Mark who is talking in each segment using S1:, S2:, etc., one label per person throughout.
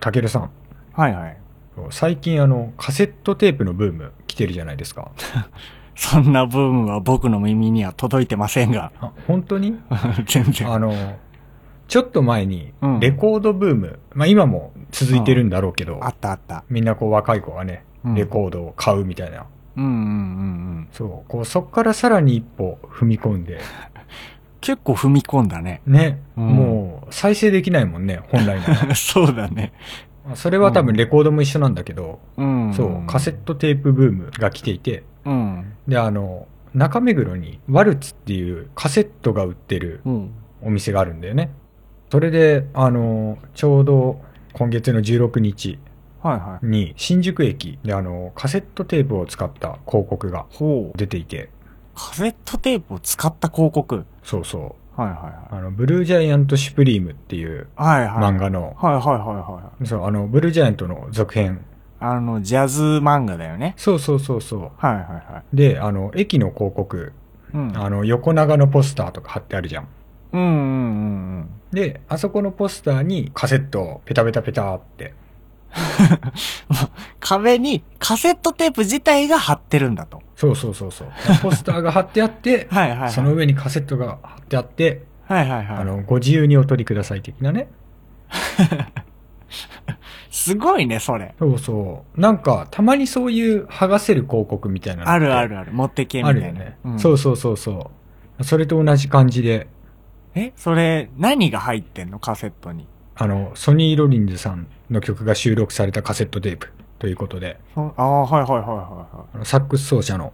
S1: たけるさん、
S2: はいはい。
S1: 最近あの、カセットテープのブーム来てるじゃないですか。
S2: そんなブームは僕の耳には届いてませんが。
S1: あ本当に
S2: 全然。
S1: あの、ちょっと前に
S2: うん、
S1: レコードブーム、まあ今も続いてるんだろうけど、
S2: あったあった。
S1: みんなこう若い子がね、
S2: うん
S1: レコードを買うみたいな。
S2: うんうんうんうん。
S1: そう、こうそっからさらに一歩踏み込んで、
S2: 結構踏み込んだね。
S1: ね、
S2: うん
S1: もう再生できないもんね、本来 な
S2: そうだね。
S1: ら。それは多分レコードも一緒なんだけど、
S2: うん。
S1: そう、カセッ。トテープブームが来ていて、
S2: うん。
S1: で、あの、中目黒にワルツっていうカセットが売ってる
S2: うん。
S1: お店があるんだよね。それで、あの、ちょうど今月の16日
S2: はいはい。
S1: に新宿駅であの、カセットテープを使った広告が
S2: ほう。
S1: 出ていて、
S2: カセットテープを使った広告。
S1: そうそう、
S2: はいはい
S1: あの、ブルージャイアント・シュプリームっていう
S2: はい。はいはい。
S1: 漫画の、
S2: はいはいはいはい。
S1: そう、あの、ブルージャイアントの続編。
S2: あの、ジャズ漫画だよね。
S1: そうそうそうそ
S2: はいはいは
S1: う。で、あの、駅の広告、
S2: い。うん。
S1: あの、横長のポスターとか貼ってあるじゃん。
S2: うんうんうんうん。
S1: で、あそこのポスターにカセットをペタペタペタって。
S2: 壁にカセットテープ自体が貼ってるんだと。
S1: そうそうそうそう。ポスターが貼ってあ って、
S2: はいはい、はい。
S1: その上にカセットが貼ってあって、
S2: はいはい
S1: あ
S2: はい。
S1: の、ご自由にお取りください的なね。
S2: すごいね、それ。
S1: そうそう。なんか、たまにそういう剥がせる広告みたいなのって
S2: あるあるある。持ってけ
S1: あ
S2: みた
S1: る
S2: いな。
S1: よね。
S2: うん
S1: そうそうそうそう。それと同じ感じで、
S2: えそれ、何が入ってんのカセットに。
S1: あの、ソニー・ロリンズさんの曲が収録されたカセットテープということで、
S2: そああ、はいはいはいはいはい。
S1: あのサックス奏者の、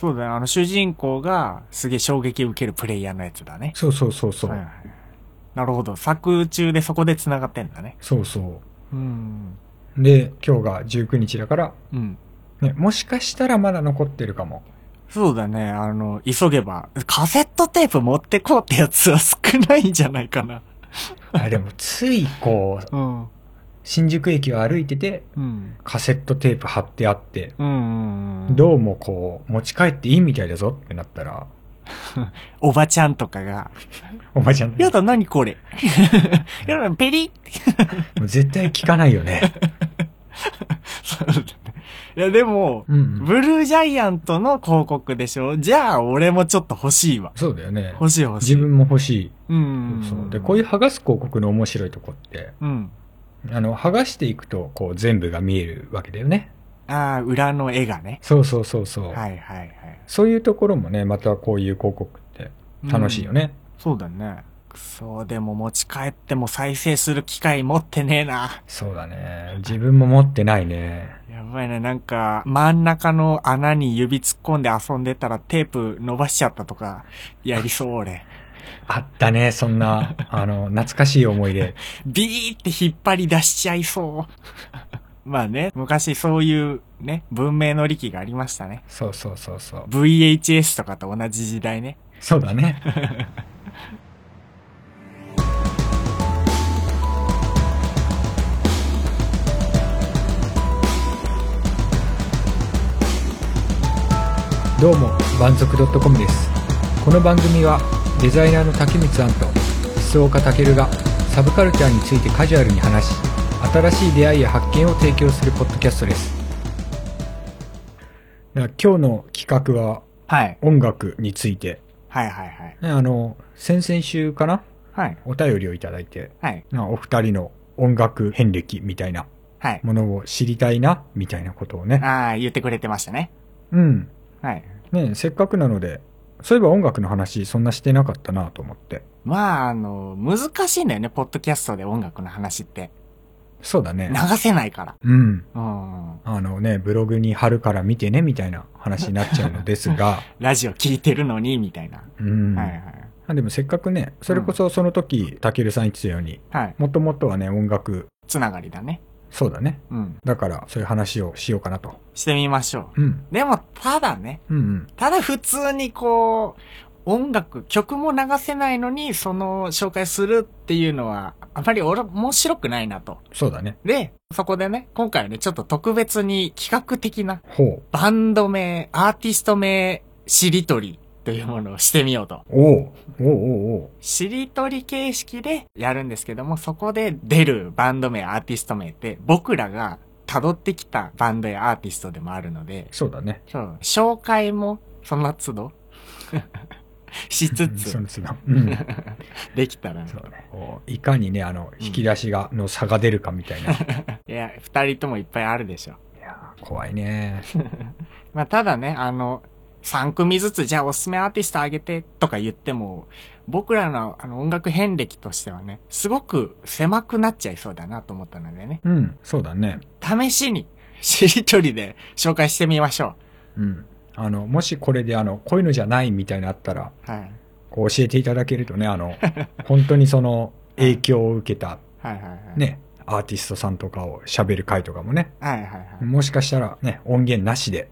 S2: そうだね。あの、主人公がすげえ衝撃を受けるプレイヤーのやつだね。
S1: そうそうそうそう、
S2: はいはいなるほど。作中でそこで繋がってんだね。
S1: そうそ
S2: うん。
S1: う。で、今日が19日だから、
S2: うん。
S1: ね、もしかしたらまだ残ってるかも。
S2: そうだね。あの、急げば、カセットテープ持ってこうってやつは少ないんじゃないかな。
S1: あでも、ついこう、
S2: うん。
S1: 新宿駅を歩いてて、
S2: うん。
S1: カセットテープ貼ってあって、
S2: うんうんうん。
S1: どうもこう、持ち帰っていいみたいだぞってなったら、
S2: おばちゃんとかが、
S1: おばちゃん、
S2: やだ、何これ。 やだ、ペリッ
S1: もう絶対聞かないよ ね。
S2: そうだね いや、でも、
S1: うんうん、
S2: ブルージャイアントの広告でしょじゃあ、俺もちょっと欲しいわ。
S1: そうだよね。
S2: 欲しい欲しい。
S1: 自分も欲しい。
S2: うん。。
S1: そうで、こういうう剥がす広告の面白いとこって、
S2: うん。
S1: あの、剥がしていくと、こう、全部が見えるわけだよね。
S2: ああ、裏の絵がね。
S1: そうそうそうそう。
S2: はいはいはい。
S1: そういうところもね、またこういう広告って楽しいよ
S2: ね。
S1: ね。
S2: そうだね。くそう、でも持ち帰っても再生する機会持ってねえな。
S1: そうだね。自分も持ってないね。
S2: やばいな、なんか、真ん中の穴に指突っ込んで遊んでたらテープ伸ばしちゃったとか、やりそう俺。
S1: あったね、そんな、あの、懐かしい思い出。
S2: ビーって引っ張り出しちゃいそう。 まあね、昔そういうね、文明の利器がありましたね。
S1: そうそうそうそう。
S2: VHS とかと同じ時代ね。
S1: そうだね。 どうも、満足 .com です。この番組は、デザイナーの竹光庵と、思想家たけるが、サブカルチャーについてカジュアルに話し、新しい出会いや発見を提供するポッドキャストです。だから今日の企画は、
S2: はい。
S1: 音楽について
S2: はいはいはい。
S1: ね、あの、先々週かな
S2: はい。
S1: お便りをいただいて、
S2: はい。
S1: なお二人の音楽遍歴みたいな
S2: はい。
S1: ものを知りたいな、みたいなことをね。
S2: ああ、言ってくれてましたね。
S1: うん。
S2: はい。
S1: ねせっかくなので、そういえば音楽の話そんなしてなかったなと思って。
S2: まあ、あの、難しいんだよね、ポッドキャストで音楽の話って。
S1: そうだね
S2: 流。せないから。
S1: うん。
S2: うん。
S1: あのね、ブログに貼るから見てね、みたいな話になっちゃうのです が、
S2: ラジオ聞いてるのに、みたいな。
S1: うん。
S2: はいはい。
S1: あでもせっかくね、それこそその時、たけるさん言ってたように、
S2: はい。
S1: もともとはね、音楽、
S2: つながりだね。
S1: そうだね。
S2: うん。
S1: だから、そういう話をしようかなと。
S2: してみましょ
S1: うん。
S2: う。でも、ただね、
S1: うんうん。
S2: ただ普通にこう、音楽、曲も流せないのに、その紹介するっていうのは、あまりおら面白くないなと。
S1: そうだね。
S2: で、そこでね、今回はね、ちょっと特別に企画的な、
S1: ほう。
S2: バンド名、アーティスト名、しりとりというものをしてみようと。
S1: おうおうおうおう
S2: しりとり形式でやるんですけども、そこで出るバンド名、アーティスト名って、僕らが辿ってきたバンドやアーティストでもあるので、
S1: そうだね。
S2: そう、紹介もその都度 しつつ
S1: その都度うん、
S2: できたら。
S1: そうね。こういかにね、あの、引き出しが、の差が出るかみたいな。い
S2: いや、二人ともいっぱいあるでしょ。
S1: やー怖いね。
S2: まあ、ただね、あの、3組ずつじゃあおすすめアーティストあげてとか言っても、僕らのあの音楽遍歴としてはね、すごく狭くなっちゃいそうだなと思ったのでね、
S1: うん、そうだね。
S2: 試しに、 しりとりで紹介してみましょ
S1: うん。あの、もしこれで、あの、こういうのじゃないみたいなのあったら、
S2: う。はい。
S1: こう教えていただけるとね、あ の、本当にその、影響を受けた、
S2: はいはいはい。。
S1: ね、アーティストさんとかを喋る回とかもね、
S2: はいはいはい。
S1: もしかしたらね、音源なしで、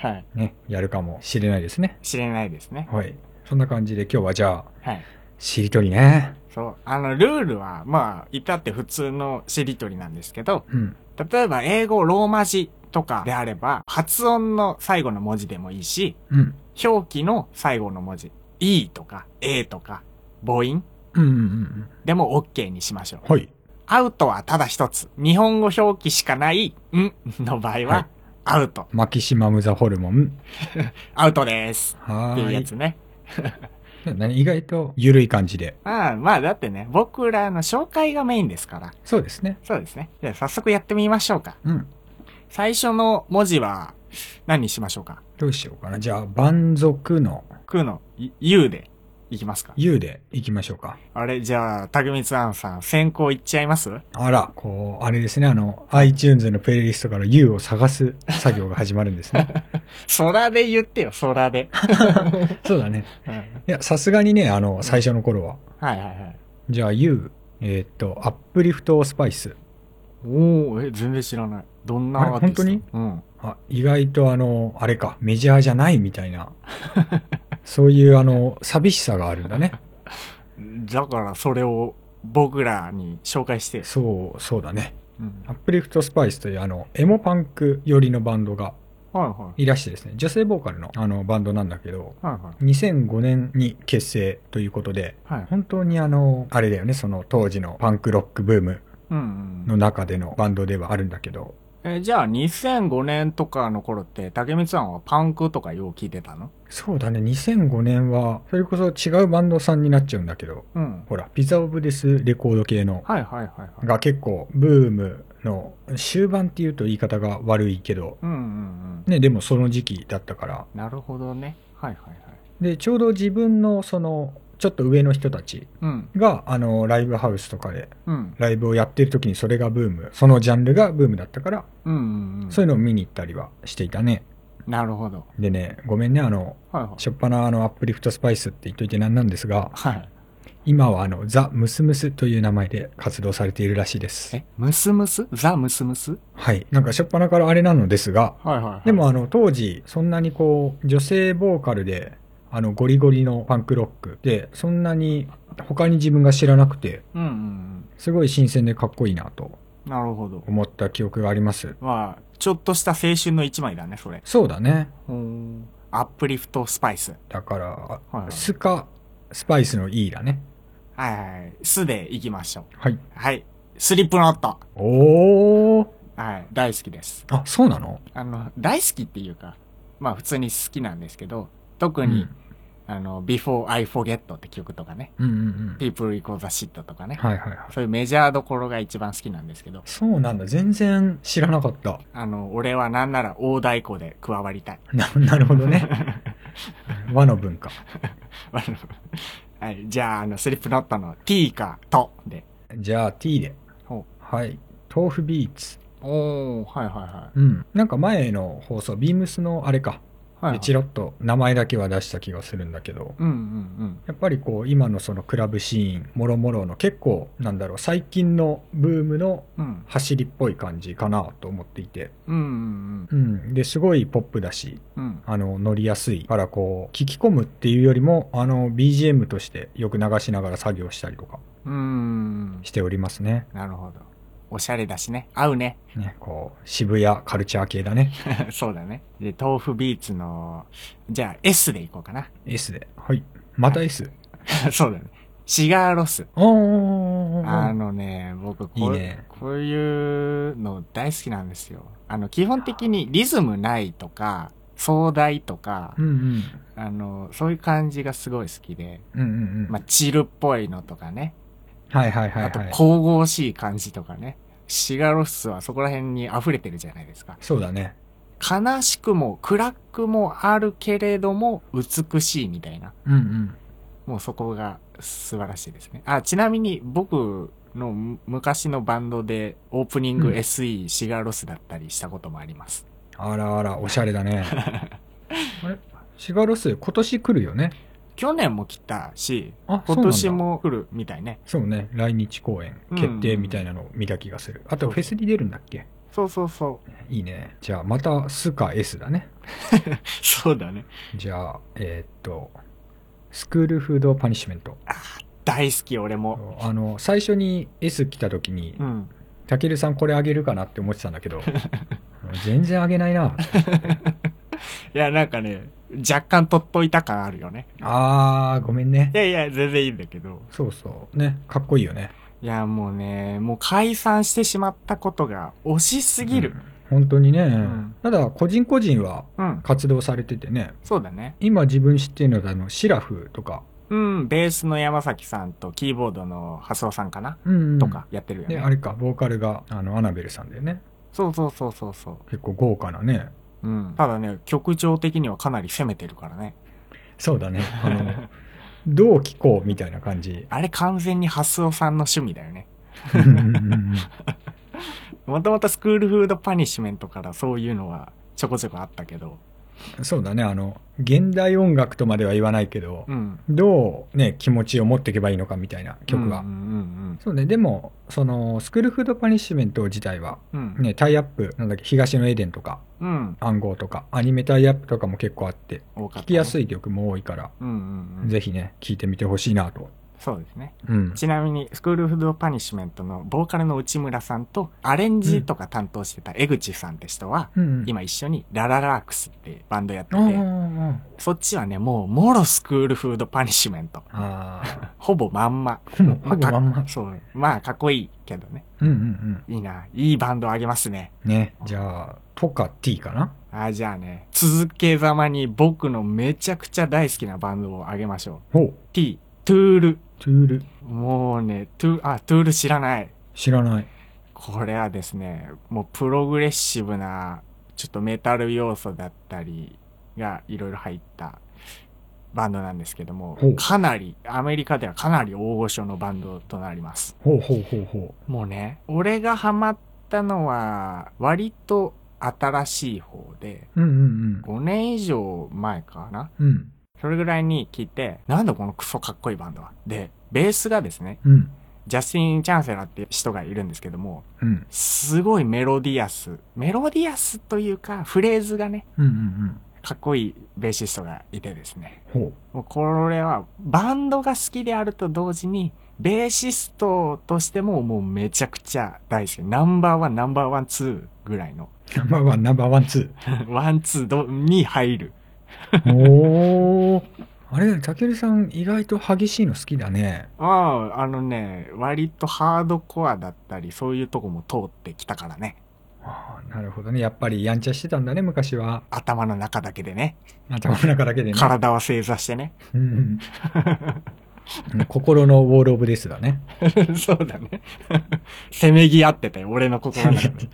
S2: はい。
S1: ね、やるかもしれないですね。
S2: 知れないですね。
S1: はい。そんな感じで今日はじゃあ、
S2: はい。
S1: しりとりね。
S2: そう。あの、ルールは、まあ、いたって普通のしりとりなんですけど、
S1: うん。
S2: 例えば英語ローマ字とかであれば、発音の最後の文字でもいいし、
S1: うん。
S2: 表記の最後の文字。E とか A とか母音
S1: うんうんうん。
S2: でも OK にしましょう。
S1: はい。
S2: アウトはただ一つ。日本語表記しかない、んの場合
S1: は、
S2: はいアウト。
S1: マキシマムザホルモン。
S2: アウトです。っ
S1: は
S2: ていう
S1: ー
S2: や
S1: い
S2: つね。
S1: な何。意外と緩い感じで。
S2: ああ、まあだってね、僕らの紹介がメインですから。
S1: そうですね。
S2: そうですね。じゃあ早速やってみましょうか。
S1: うん。
S2: 最初の文字は、何にしましょうか
S1: どうしようかな。じゃあ、蛮族の
S2: くの、い U で、いきますか
S1: U でいきましょうか。
S2: あれ、じゃあ、たぐみつあんさん、先行いっちゃいます
S1: あら、こう、あれですね、あの、iTunes のプレイリストから U を探す作業が始まるんです ね。
S2: 空で言ってよ、空で。
S1: そうだね。
S2: うん
S1: いや、さすがにね、あの、最初の頃は。
S2: はいはいはい。
S1: じゃあ、U、えーっと、アップリフトスパイス。
S2: おおえ、全然知らない。どんな
S1: あれ
S2: アーティスト
S1: 本
S2: うん。
S1: あ、意外とあの、あれか、メジャーじゃないみたい な。そういうあの、寂しさがあるんだね。
S2: だから、それを僕らに紹介してよ。
S1: そう、そうだね。
S2: うん
S1: アップリフトスパイスというあの、エモパンク寄りのバンドが
S2: はいはい。
S1: いらしてですね、女性ボーカルのあの、バンドなんだけど、
S2: はいはい。
S1: 2005年に結成ということで、
S2: はい。
S1: 本当にあの、あれだよね、その当時のパンクロックブーム
S2: うんうん
S1: の中でのバンドではあるんだけど、
S2: えじゃあ、2005年とかの頃って、たぐみつあんはパンクとかよう聞いてたの
S1: そうだね、2005年は、それこそ違うバンドさんになっちゃうんだけど、
S2: うん。
S1: ほら、ピザオブデスレコード系の、
S2: はいはいはいはい。
S1: が結構ブームの終盤っていうと言い方が悪いけど、
S2: うんうんうん。
S1: ね、でもその時期だったから、
S2: なるほどね。はいはいはい。
S1: で、ちょうど自分のその、ちょっと上の人たち
S2: うん。
S1: が、あの、ライブハウスとかで、
S2: うん。
S1: ライブをやってる時にそれがブーム、そのジャンルがブームだったから、
S2: うんうんうん。
S1: そういうのを見に行ったりはしていたね。
S2: なるほど。
S1: でね、ごめんね、あの、
S2: はいはい。
S1: しょっぱなあの、アップリフトスパイスって言っといてなんなんですが、
S2: はい。
S1: 今はあの、ザ・ムスムスという名前で活動されているらしいです。
S2: え、ムスムスザムスムス
S1: はい。なんかしょっぱなからあれなのですが、
S2: はいはい、はい。
S1: でもあの、当時、そんなにこう、女性ボーカルで、あの、ゴリゴリのパンクロックで、そんなに他に自分が知らなくて、
S2: うんうん
S1: すごい新鮮でかっこいいなと
S2: うん。なるほど。
S1: 思った記憶があります。
S2: まあ、ちょっとした青春の一枚だね、それ。
S1: そうだね。
S2: うん。アップリフトスパイス。
S1: だから、
S2: はい
S1: スカ、スパイスの E だね。
S2: はい。はいはい。素で行きましょう。
S1: はい。
S2: はい。スリップノット。
S1: おー。
S2: はい。大好きです。
S1: あ、そうなの
S2: あの、大好きっていうか、まあ普通に好きなんですけど、特に、あの、Before I Forget って曲とかね、
S1: うんうんうん。
S2: People Equal the Shit とかね、
S1: はいはいはい。
S2: そういうメジャーどころが一番好きなんですけど、
S1: そうなんだ。全然知らなかった。
S2: あの、俺はなんなら大太鼓で加わりたい。
S1: な なるほど ね。和の文化。
S2: あの はい、じゃあ、あの、スリップノットの t かとで。
S1: じゃあ T で。
S2: お
S1: はい。豆腐ビーツ。
S2: おー、はいはいは
S1: うん。なんか前の放送、ビームスのあれか。
S2: い。はい、はい
S1: で、。ちらっと名前だけは出した気がするんだけど。
S2: うんうん
S1: やっぱりこう、今のそのクラブシーン、もろもろの結構、なんだろう、最近のブームの
S2: うん。うん。
S1: 走りっぽい感じかなと思っていて。
S2: うんうん
S1: うん。で、すごいポップだし、
S2: うん。うん。
S1: あの、乗りやすいからこう、聞き込むっていうよりも、あの、BGM としてよく流しながら作業したりとか
S2: うーん。
S1: しておりますね。
S2: なるほど。おしゃれだしね。合うね。
S1: ね、こう、渋谷カルチャー系だね。
S2: そうだね。で、豆腐ビーツの、じゃあ S でいこうかな。
S1: S で。はい。また S。
S2: そうだね。シガーロス。
S1: おーおーおーおー
S2: あのね、僕こう
S1: いいね
S2: こういうの大好きなんですよ。あの、基本的にリズムないとか、壮大とか
S1: う、んうん。
S2: あの、そういう感じがすごい好きで、
S1: うんうんうん。
S2: まあ、チルっぽいのとかね、
S1: はいはいはい
S2: あと
S1: はい。
S2: 神々しい感じとかね、シガロスはそこら辺に溢れてるじゃないですか。
S1: そうだね。
S2: 悲しくも暗くもあるけれども美しいみたいな。
S1: うんうん。
S2: もうそこが素晴らしいですね。あ、ちなみに僕のむ昔のバンドでオープニング
S1: うん
S2: SE シガーロスだったりしたこともあります。
S1: あらあら、おしゃれだね。あれシガロス、今年来るよね。
S2: 去年も来たし、
S1: あ、そう
S2: 今
S1: なんだ
S2: 年。も来るみたいね。
S1: そうね、来日公演決定みたいなのを見た気がする。あと、フェスに出るんだっけ
S2: そうそうそう。
S1: いいね。じゃあ、また、スか S だね。
S2: そうだね。
S1: じゃあ、えーっと、スクールフードパニッシュメント。
S2: 大好き俺も。
S1: あの、最初に S 来た時に
S2: う、ん。
S1: たけるさんこれあげるかなって思ってたんだ けど、全然あげないな。
S2: いや、なんかね、若干取っといた感あるよね。
S1: あー、ごめんね
S2: い。やいや、全然いいんだけど。
S1: そうそう。ね、かっこいいよね。
S2: いや、もうね、もう解散してしまったことが惜しすぎる
S1: うん。。本当にね。
S2: ん
S1: ただ、個人個人は
S2: うん、
S1: 活動されててね、
S2: そうだね。
S1: 今自分知ってるのだあの、シラフとか、
S2: うん、ベースの山崎さんとキーボードの蓮尾さんかな、
S1: うん
S2: とか。やってるよね
S1: で、あれか、ボーカルが、あの、アナベルさんだよね。
S2: そうそうそうそうそ
S1: 結構豪華なね。
S2: う。うん。ただね、曲調的にはかなり攻めてるからね。
S1: そうだね。あ の、どう聞こうみたいな感じ。
S2: あれ完全に蓮尾さんの趣味だよね。
S1: うんうんうんうん
S2: もともとスクールフードパニッシュメントからそういうのはちょこちょこあったけど。
S1: そうだね。あの、現代音楽とまでは言わないけど、
S2: うん。
S1: どうね、気持ちを持っていけばいいのかみたいな曲は。
S2: うんうん
S1: そうね。でも、その、スクールフードパニッシュメント自体は、
S2: うんうん。うん。
S1: ね、タイアップ、なんだっけ、東のエデンとか、
S2: うん。
S1: 暗号とか、アニメタイアップとかも結構あって、
S2: 多かった、
S1: 聴きやす
S2: い。
S1: い曲も多いから、
S2: うんうんうん。
S1: ぜひね、聴いてみてほしいなと。
S2: そうですね。
S1: うん。
S2: ちなみに、スクールフードパニッシュメントのボーカルの内村さんとアレンジとか担当してた江口さんって人は、
S1: うんうん、
S2: 今一緒にラララークスってバンドやって
S1: あー
S2: て、そっちはね、もう、もろスクールフードパニッシュメント。
S1: あ
S2: ほぼまんま。
S1: ー、 もうほぼまん
S2: あ
S1: ま
S2: か。そう。まあ、かっこいいけどね。
S1: うんうんうん。
S2: いいな。いいバンドあげますね。
S1: ね、じゃあ、とか T かな
S2: あじゃあね、続けざまに僕のめちゃくちゃ大好きなバンドをあげましょう。
S1: ほう、
S2: T、トゥール。
S1: トゥール。
S2: もうね、トゥー、あ、トゥール知らない。
S1: 知らない。
S2: これはですね、もうプログレッシブな、ちょっとメタル要素だったりがいろいろ入ったバンドなんですけども
S1: ほう、
S2: かなり、アメリカではかなり大御所のバンドとなります。
S1: ほうほうほうほ
S2: もうね、俺がハマったのは、割と新しい方で、
S1: う。うんうん
S2: 5年以上前かな
S1: うん。うん。
S2: それぐらいに聞いて、なんだこのクソかっこいいバンドは。で、ベースがですね、
S1: うん。
S2: ジャスティン・チャンセラーって人がいるんですけども、
S1: うん。
S2: すごいメロディアス。メロディアスというか、フレーズがね、
S1: うんうんうん。
S2: かっこいいベーシストがいてですね。
S1: ほ
S2: もうこれは、バンドが好きであると同時に、ベーシストとしてももうめちゃくちゃ大好き。ナンバーワン、ナンバーワン、ツーぐらいの。
S1: う。ナンバーワン、ナンバーワン、ツ
S2: ワン、ツーどに入る。
S1: ー。 おー。あれだね、たけるさん意外と激しいの好きだね。
S2: ああ、あのね、割とハードコアだったり、そういうとこも通ってきたからね。
S1: あーなるほどね。やっぱりやんちゃしてたんだね、昔は。
S2: 頭の中だけでね。
S1: 頭の中だけでね。
S2: 体は正座してね。
S1: うんうん。 心のウォールオブデスだね。
S2: そうだね。せめぎ合ってたよ、俺 の心の中で。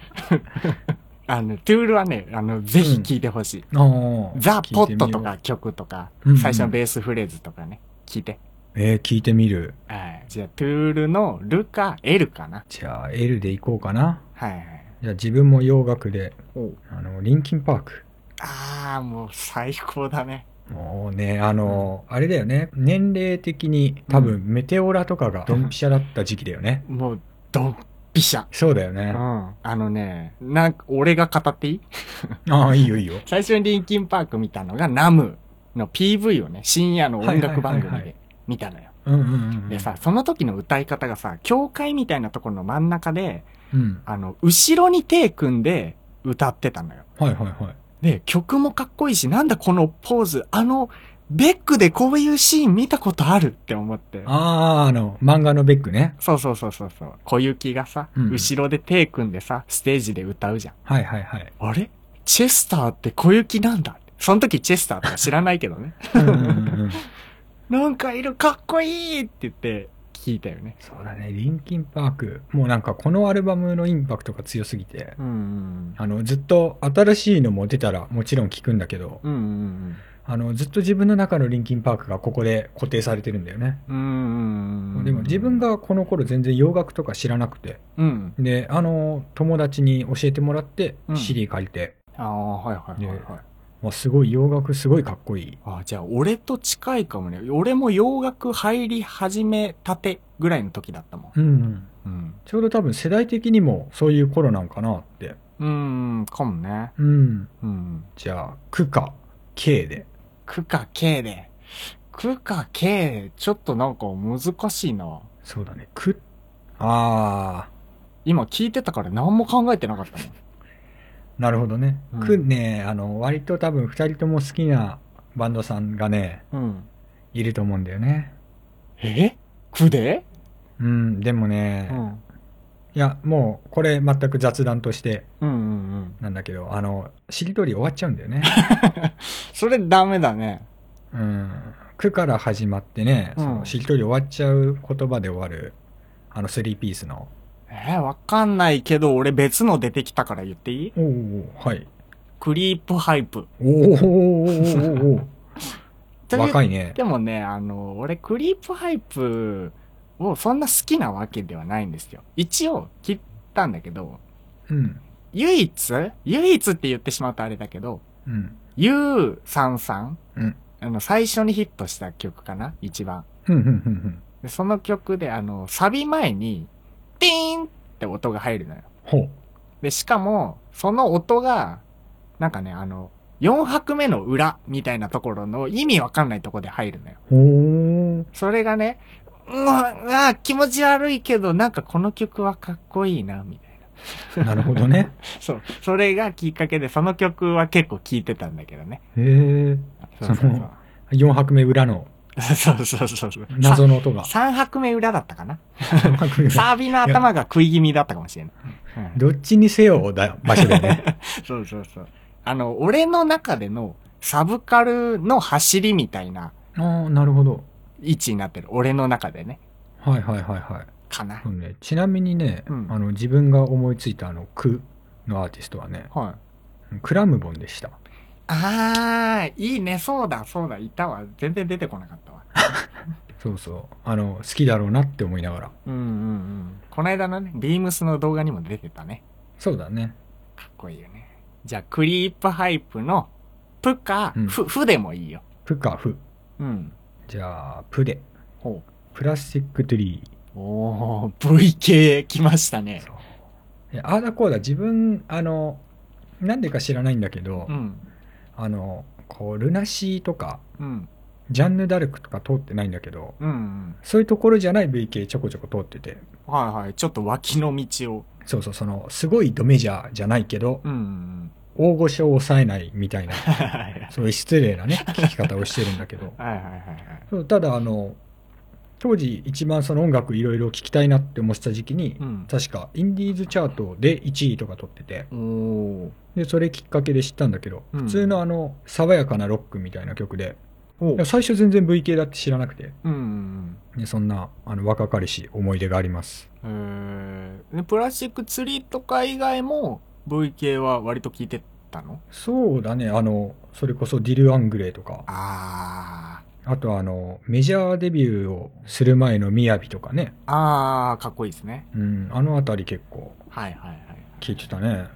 S2: あの、トゥールはね、あの、ぜひ聴いてほしい。
S1: ああ。
S2: ザ・ポットと
S1: 聞い
S2: か曲とか
S1: うんうん、
S2: 最初のベースフレーズとかね、聞いて。
S1: てみよう。えー、聞いてみる。
S2: はい。じゃあ、トゥールのルか L かな。
S1: じゃあ、L で行こうかな。
S2: はいはい。
S1: じゃあ、自分も洋楽で、
S2: お
S1: あの、リンキンパーク。
S2: あー、もう最高だね。
S1: もうね、あの、あれだよね。年齢的に多分、メテオラとかがドンピシャだった時期だよね。
S2: もう、ドンピシャ。
S1: そうだよ
S2: う
S1: ね。
S2: ん。あのね、なんか、俺が語っていい
S1: ああ、いいよいいよ。
S2: 最初にリンキンパーク見たのが、ナムの PV をね、深夜の音楽番
S1: はいはい
S2: 組
S1: はいは
S2: で見たのよ。
S1: うんうんうん。
S2: でさ、その時の歌い方がさ、教会みたいなところの真ん中で、
S1: うん。
S2: あの、後ろに手組んで歌ってたのよ。
S1: はいはいはい。
S2: で、曲もかっこいいし、なんだこのポーズ、あの、ベックでこういうシーン見たことあるって思って。
S1: あー、あの、漫画のベックね。
S2: そうそうそうそうそう。小雪がさ、
S1: うん
S2: 後ろで手組んでさ、ステージで歌うじゃん。
S1: はいはいはい。
S2: あれチェスターって小雪なんだ。その時チェスターとか知らないけどね。
S1: うんうんうんうん。
S2: なんかいる、かっこいいって言って聞いたよね。
S1: そうだね、リンキンパーク。もうなんかこのアルバムのインパクトが強すぎて、
S2: うん
S1: あの、ずっと新しいのも出たらもちろん聞くんだけど、
S2: うんうん。うんうん
S1: あの、ずっと自分の中のリンキンパークがここで固定されてるんだよね。
S2: うん。うんうん。
S1: でも自分、がこの頃全然洋楽とか知らなくて、
S2: うん。
S1: で、あの、友達に教えてもらって
S2: う、ん
S1: CD 借りて、
S2: ああ、はいはいはい、はい。
S1: もうすごい洋楽すごいかっこいい。
S2: ああ、じゃあ俺と近いかもね。俺も洋楽入り始めたてぐらいの時だったも
S1: うんうん。
S2: ん。うん。
S1: ちょうど多分世代的にもそういう頃なんかなって。
S2: うん、かもね。
S1: うん。
S2: うん。
S1: じゃあ、区か K で。
S2: 区か K で。区か K、ちょっとなんか難しいな。
S1: そうだね。区あ
S2: 今聞いてたから何も考えてなかったもん。
S1: ー、なるほどね
S2: うん。
S1: 区、ね、あの、割と多分二人とも好きなバンドさんがね、
S2: うん。
S1: いると思うんだよね。
S2: え区で
S1: うん、でもね、
S2: う
S1: い
S2: ん。
S1: や、もうこれ全く雑談として
S2: うんうんうん。
S1: なんだけど、あの、しりとり終わっちゃうんだよ ね。
S2: それダメだね。
S1: うん。区から始まってね、
S2: うん
S1: そのしりとり終わっちゃう言葉で終わる、あの、スリーピースの。
S2: えーわかんないけど、俺別の出てきたから言っていい
S1: おおはい。
S2: クリープハイプ。
S1: おおおお 若
S2: い。
S1: いね。
S2: でもね、あの、俺クリープハイプをそんな好きなわけではないんですよ。一応、切ったんだけど、
S1: うん。
S2: 唯一唯一って言ってしまうとあれだけど、
S1: うん。
S2: ゆうさんさん、
S1: うん
S2: あの、最初にヒットした曲かな一番。
S1: うん、うん、うん。
S2: で、その曲で、あの、サビ前に、ティーンって音が入るのよ。
S1: ほう。
S2: で、しかも、その音が、なんかね、あの、4拍目の裏みたいなところの意味わかんないところで入るのよ。
S1: ほう。
S2: それがね、うわ、うわ気持ち悪いけど、なんかこの曲はかっこいいな、みたい
S1: な
S2: な。
S1: るほど ね。
S2: そう。それがきっかけで、その曲は結構聴いてたんだけどね。
S1: へえ。
S2: そうそうそう。
S1: 4拍目裏の
S2: そう そうそうそう。
S1: 謎の音が。
S2: 3拍目裏だったかな
S1: 4拍目裏
S2: サービの頭が食い気味だったかもしれない。うん
S1: どっちにせよだ場所だよね。
S2: そうそうそう。あの、俺の中でのサブカルの走りみたいな
S1: ああ、なるほど。
S2: 位置になってる。俺の中でね。
S1: はいはいはいはい。
S2: かな
S1: そ。うね、ちなみにね、
S2: うん
S1: あの自分が思いついたあの「ク」のアーティストはね
S2: はい。
S1: クラムボンでした
S2: あー、いいね。そうだ、そうだ。いたわ。全然出てこなかったわ。
S1: そうそうあの好きだろうなって思いながら
S2: うんうんうん。この間のね、ビームスの動画にも出てたね。
S1: そうだね
S2: かっこいいよね。じゃあ、クリープハイプの、プか、
S1: うん
S2: フ、フでもいいよ。
S1: 「プ」か「フ
S2: うん。」
S1: じゃあ「プ」で
S2: ほう。
S1: 「プラスチック・トゥリ
S2: おー、VK 来ましたね
S1: ー」。そうえああだこうだ自分あのなんでか知らないんだけど、
S2: うん。
S1: あのこうルナシーとか
S2: うん。
S1: ジャンヌ・ダルクとか通ってないんだけど
S2: うんうん。
S1: そういうところじゃない VK ちょこちょこ通ってて
S2: はいはい。ちょっと脇の道を。
S1: そうそうそのすごいドメジャーじゃないけど
S2: うんうん
S1: 大御所を抑えないみ たいな
S2: うん。はいはいはい。
S1: そういう失礼なね、聞き方をしてるんだけど。
S2: はいはいはいはい。
S1: そうただ、あの、当時一番その音楽いろいろ聞きたいなって思ってた時期に、
S2: うん。
S1: 確かインディーズチャートで1位とか取ってて、
S2: おー。
S1: で、それきっかけで知ったんだけど、
S2: うん
S1: 普通のあの、爽やかなロックみたいな曲で、
S2: お
S1: いや最初全然 VK だって知らなくて、
S2: うんうん
S1: ね、そんな、あの、若かりし思い出があります。
S2: うん。えー、でプラスチック釣りとか以外も VK は割と聞いてたの
S1: そうだね、あの、それこそディル・アングレイとか、
S2: あー。
S1: あとあの、メジャーデビューをする前のみやびとかね、
S2: あー、かっこいいですね。
S1: うん、あのあたり結構
S2: はいはいはい。
S1: 聞いてたね。